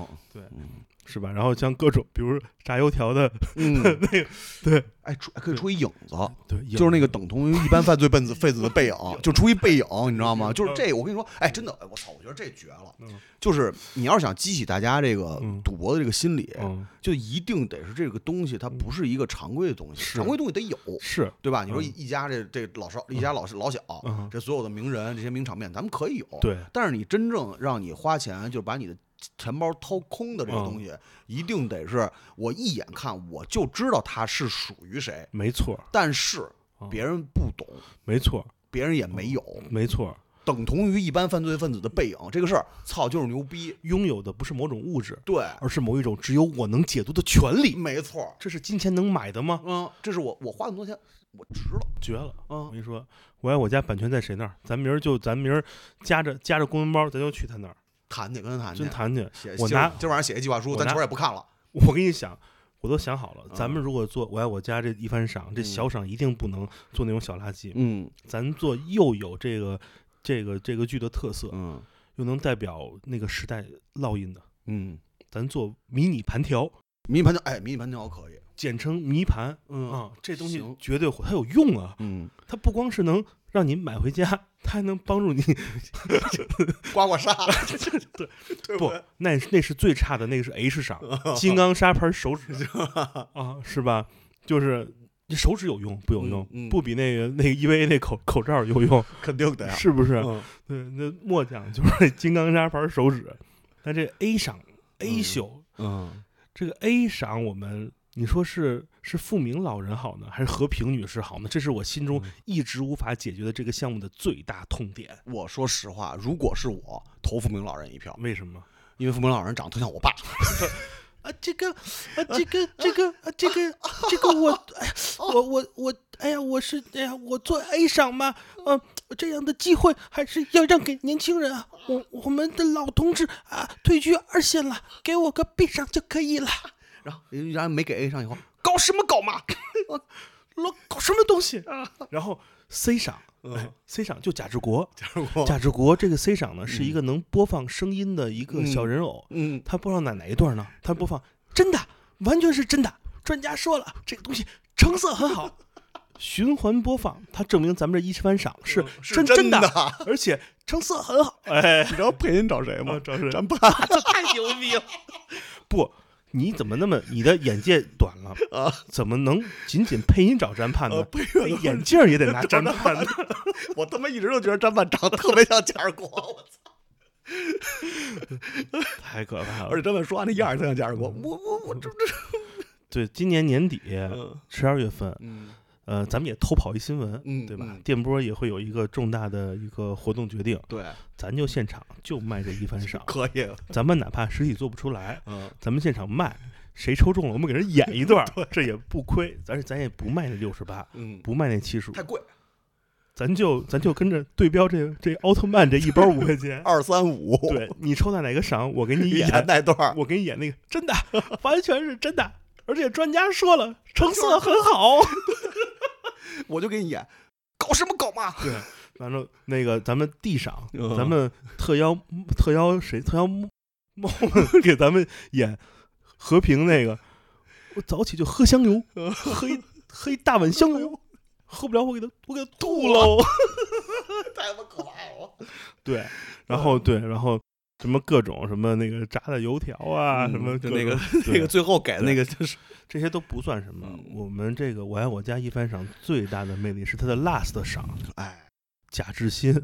是吧？然后像各种，比如炸油条的
*laughs* 嗯，
那个，对
哎，出可以出一影子，
对，有
*laughs* 就是那个等同于一般犯罪分子分子的背影，就出一背影，你知道吗？就是这，我跟你说，哎，真的，哎我操，我觉得这绝了
嗯。
*laughs* 就是你要是想激起大家这个
嗯
赌博的这个心理，
嗯
就一定得是这个东西，它不是一个常规的东西，
是
常规东西得有，
是
对吧？你说一
嗯
一家这这老少一家老老小，
嗯
这所有的名人这些名场面，咱们可以有，
对
但是你真正让你花钱，就把你的钱包掏空的这
嗯
个东西，一定得是我一眼看我就知道它是属于谁，
没错，
但是
嗯
别人不懂，
没错，
别人也没有，
没错。
等同于一般犯罪分子的背影。这个事儿，操，就是牛逼。
拥有的不是某种物质，
对，
而是某一种只有我能解读的权利。
没错儿。
这是金钱能买的吗？
嗯，这是我我花那么多钱，我值了。
绝了！我
嗯，
跟你说，我爱我家版权在谁那儿？咱明儿就咱明儿夹着夹着公文包，咱就去他那儿，
谈去，跟他谈去
真。谈去
写。
我
今儿
拿，
今儿晚上写一计划书，
我
咱
拿
球儿也不看了。
我跟你想，我都想好了，
嗯
咱们如果做我爱我家这一番赏，这
嗯
小赏一定不能做那种小垃圾，
嗯
咱做又有这个这个这个剧的特色，
嗯
又能代表那个时代烙印的，
嗯，
咱做迷你盘条，
迷你盘条，哎，迷你盘条可以。
简称迷盘。
嗯
啊，这东西
行
绝对火它有用啊！
嗯，
它不光是能让你买回家，它还能帮助你
刮刮痧，对
不
对？
那那是最差的，那个是 H
*laughs*
赏，金刚砂盆手指啊，是吧？就是你手指有用不有用？
嗯嗯
不比那个那个 EVA 那口口罩有用，
*laughs* 肯定的呀。
是不是？
嗯
对，那末奖就是 *laughs* 金刚砂盆手指，但这 A 赏 A
嗯
秀、
嗯，
这个 A 赏我们。你说是是富明老人好呢，还是和平女士好呢？这是我心中一直无法解决的这个项目的最大痛点。
我说实话，如果是我投富明老人一票，
为什么？
因为富明老人长得特像我爸。
啊，这个，啊，这个，这个，啊，这个，这个，我，哎呀，我，我，我，哎呀，我是，哎呀，我做 A 赏嘛，嗯、这样的机会还是要让给年轻人啊，我我们的老同志啊，退居二线了，给我个 B 赏就可以了。
然后然后没给 A 上以后，搞什么
*laughs*
搞嘛？啊
老搞什么东西？然后 C 赏、哎、，C 赏就贾志国，
嗯贾志国，
贾志国这个 C 赏呢，是一个能播放声音的一个小人偶，
嗯，
他播放哪哪一段呢？他播放真的，完全是真的。专家说了，这个东西成色很好，循环播放，它证明咱们这一番赏是
嗯是
真
真
的
的，
而且成色很好。哎，
你知道配音找谁吗？
找谁
咱爸。
*laughs* 这太牛逼了！ *laughs* 不，你怎么那么你的眼界短 *laughs* 了
啊？
怎么能仅仅配音找詹盼呢
呃？配乐的
哎
话
眼镜儿也得拿詹盼呢。
我他妈一直都觉得张曼长得特别像贾尔国，我操！
太可怕
而
了！
且张曼说话那样儿特像贾尔国，我我我这这，
对，今年年底
嗯
十二月份，
嗯
呃，咱们也偷跑一新闻，
嗯
对吧
嗯？
电波也会有一个重大的一个活动决定，
对，，
咱就现场就卖这一番赏 *laughs*
可以，
咱们哪怕实体做不出来，
嗯
咱们现场卖，谁抽中了我们给人演一 *laughs* 段儿，这也不亏，而且咱也不卖那六十八，
嗯，
不卖那七十五
太，贵，
咱就咱就跟着对标这这奥特曼这一包五块 *laughs* 钱，
二三五，
对你抽到哪个赏，我给哦你
演
演，
那段儿，
我给你演那个真 *laughs* 的，完全是真的，而且专家说了，成色很 *laughs* 好。
我就给你演，搞什么搞嘛？
对，完了那个咱们地赏，
嗯
咱们特邀特邀谁特邀猫猫给咱们演和平那个，我早起就喝香 *laughs* 油，喝一喝一大碗香 *laughs* 油，喝不了我给他我给他吐喽。
太他妈可怕了！
对，然
嗯
后对，然后什么各种什么那个炸的油条啊，什么
嗯就
各
那个 *laughs*
种
那
对
个最后给的那个就是
这些都不算什么。
嗯
我们这个我爱我家一番赏最大的魅力是它的 last 赏。
哎，
贾志
*laughs*
新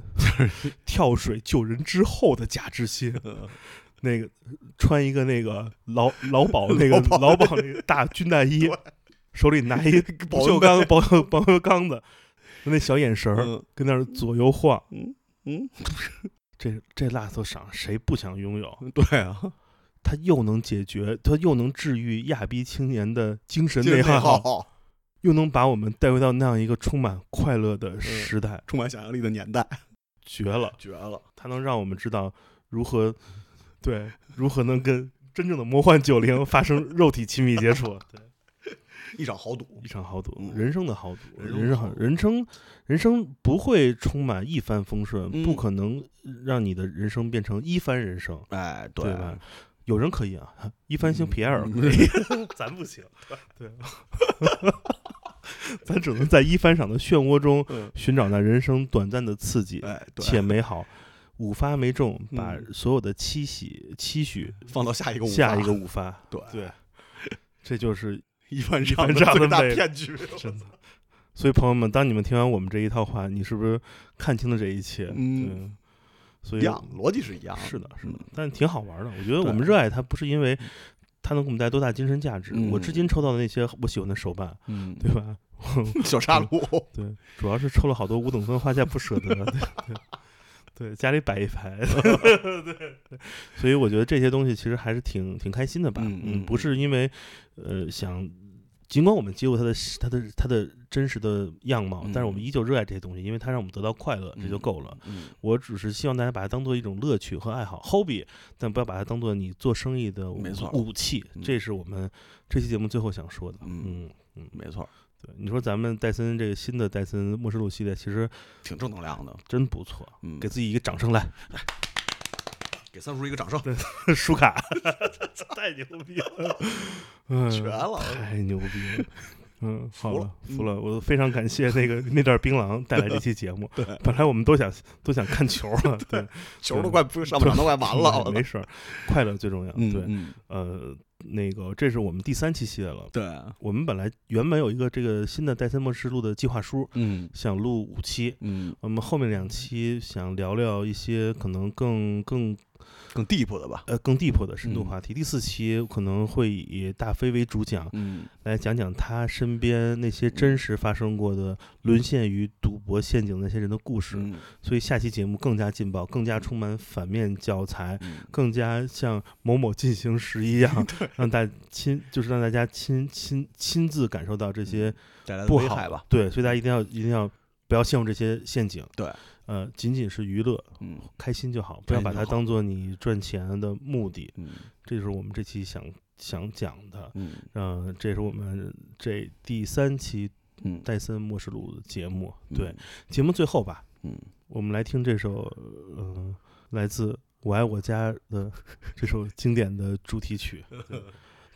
跳水救人之后的贾志新，
嗯
那个穿一个那个
*laughs*
劳劳保那个劳保那个大军大衣，手里拿一
*laughs*
不锈钢保保锈钢的，那小眼神儿
嗯
跟那儿左右晃，
嗯嗯，
这这辣色赏谁不想拥有？
*laughs* 对啊，
它又能解决，它又能治愈亚逼青年的精神
就
内
是内
耗，
耗，
又能把我们带回到那样一个充满快乐的时代，
充满想象力的年代，
绝了！
绝了！
它能让我们知道如何对如何能跟真正的魔幻九零发生肉体亲密接
*laughs*
触，对，
一场豪赌
一，场豪赌，
嗯
人生的豪赌，
人生的
人生
豪
好，
赌
人生人生不会充满一帆风顺，
嗯
不可能让你的人生变成一帆人生，
哎，
对吧？有人可以啊，一帆星皮埃尔
嗯
可
*laughs*
以， *laughs* 咱不行，对，咱只能在一帆赏的漩涡中
嗯
寻找那人生短暂的刺激，
哎，
且
对，
美好。五发没中，
嗯
把所有的期许、期许
放到下一个舞吧，
下一个五发，
对
对，这就是
一番
上的最
上最
大
大
骗
骗局，
真的。所以朋友们，当你们听完我们这一套话，你是不是看清了这一切？
嗯
对，所
一
以
样，逻辑是一样的。
是的，是的
嗯，
但挺好玩的。我觉得我们
对
热爱它，不是因为它能给我们带来多大精神价值。我至
嗯
今抽到的那些我喜欢的手办，
嗯，
对吧？
小沙鲁，
对，主要是抽了好多五等分，花价不舍得。对对对，家里摆一排， *laughs* 对对，所以我觉得这些东西其实还是挺挺开心的吧。
嗯嗯
不是因为呃想，尽管我们接受它的它的它的真实的样貌，但是我们
嗯
依旧热爱这些东西，因为它让我们得到快乐，这就够了。
嗯，
我只是希望大家把它当做一种乐趣和爱好 hobby，但不要把它当做你做生意的武
没错
武器。
嗯
这是我们这期节目最后想说的。
嗯
嗯嗯，
没错，
对，你说咱们戴森这个新的戴森末世录系列，其实
挺正能量的。
真不错，
嗯，
给自己一个掌声来， *laughs*
给三叔一个掌声，
舒
*laughs*
卡，太牛逼了，嗯，
绝了！
太牛逼了。
*laughs*
嗯，好
服
了
了，
服了！我非常感谢
*laughs*
那个那袋槟榔带来这期节目。本来我们都想都想看球
*laughs*
了，对，嗯
球都快不上半场都快完 *laughs* 了，我
没
操
事儿，快乐最重要。
嗯
对，
嗯
呃，那个这是我们第三期系列了。
对，啊
我们本来原本有一个这个新的戴森末世录的计划书，
嗯
想录五期。
嗯，
我们后面两期想聊聊一些可能更更
更 deep 的吧，
呃更 deep 的深度
嗯
话题。第四期可能会以大飞为主讲，
嗯
来讲讲他身边那些真实发生过的沦陷于赌博陷阱那些人的故事。
嗯
所以下期节目更加劲爆，更加充满反面教材，
嗯
更加像某某进行时一
*laughs*
样，让大亲就是让大家亲亲亲自感受到这些
带来的
不
危
好
害
的
吧，
对，所以大家一定要一定要不要陷入这些陷阱。
对，
呃，仅仅是娱乐，
嗯
开心就好，不要
开心
把
就
它
好
当做你赚钱的目的。
嗯
这就是我们这期想想讲的。
嗯
嗯、这是我们这第三期
嗯，
戴森末世录的节目。
嗯
对，，节目最后吧，
嗯，
我们来听这首，嗯、来自《我爱我家》的 *laughs* 这首经典的主题曲。对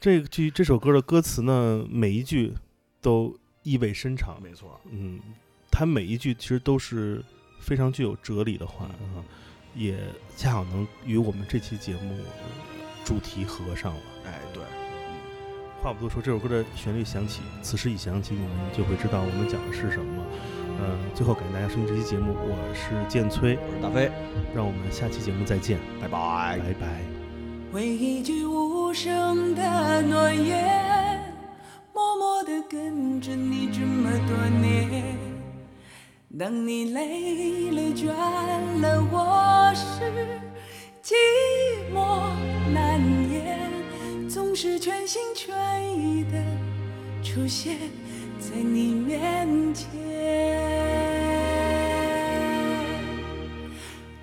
这句这首歌的歌词呢，每一句都意味深长。
啊没错，
嗯，它每一句其实都是非常具有哲理的话，啊，也恰好能与我们这期节目主题合上了。
哎对，
话不多说，这首歌的旋律响起，此时一响起，你们就会知道我们讲的是什么。呃，最后感谢大家收听这期节目，我是建崔，
我是大飞，
让我们下期节目再见，
拜拜。
拜拜。
为一句无声的诺言，默默地跟着你这么多年。当你累了倦了，我是寂寞难言，总是全心全意的出现在你面前。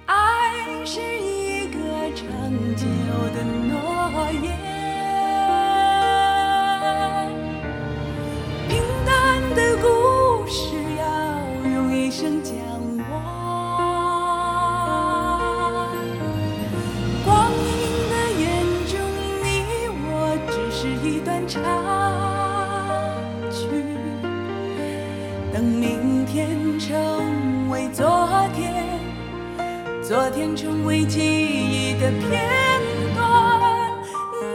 爱是一个长久的诺言，平淡的故事要用一生讲完。光阴的眼中，你我只是一段插曲。等明天成为昨天，昨天成为记忆的片段，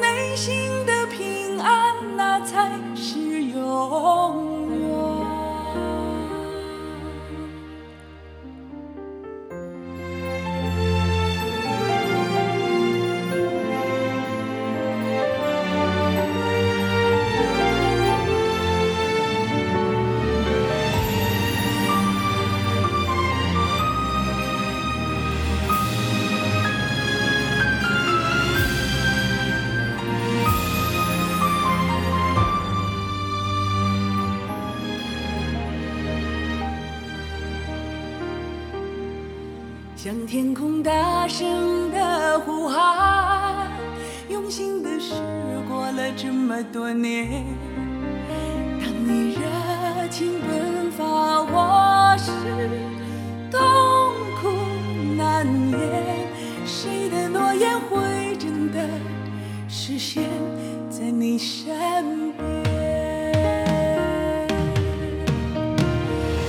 内心的平安，那才是永远。向天空大声的呼喊，用心的试过了这么多年。当你热情奔发，我是痛苦难言。谁的诺言会真的实现在你身边？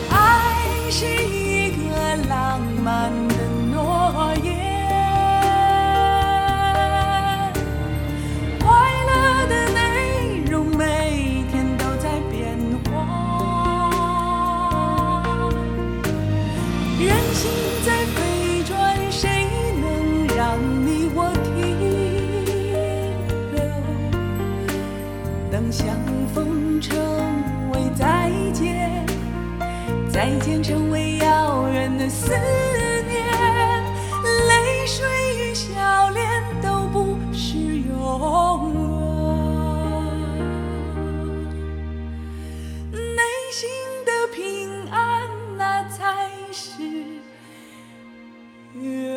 爱是一个浪漫的诺言，快乐的内容每天都在变化，人心在飞转，谁思念，泪水与笑脸都不是永远。内心的平安，那才是。永远。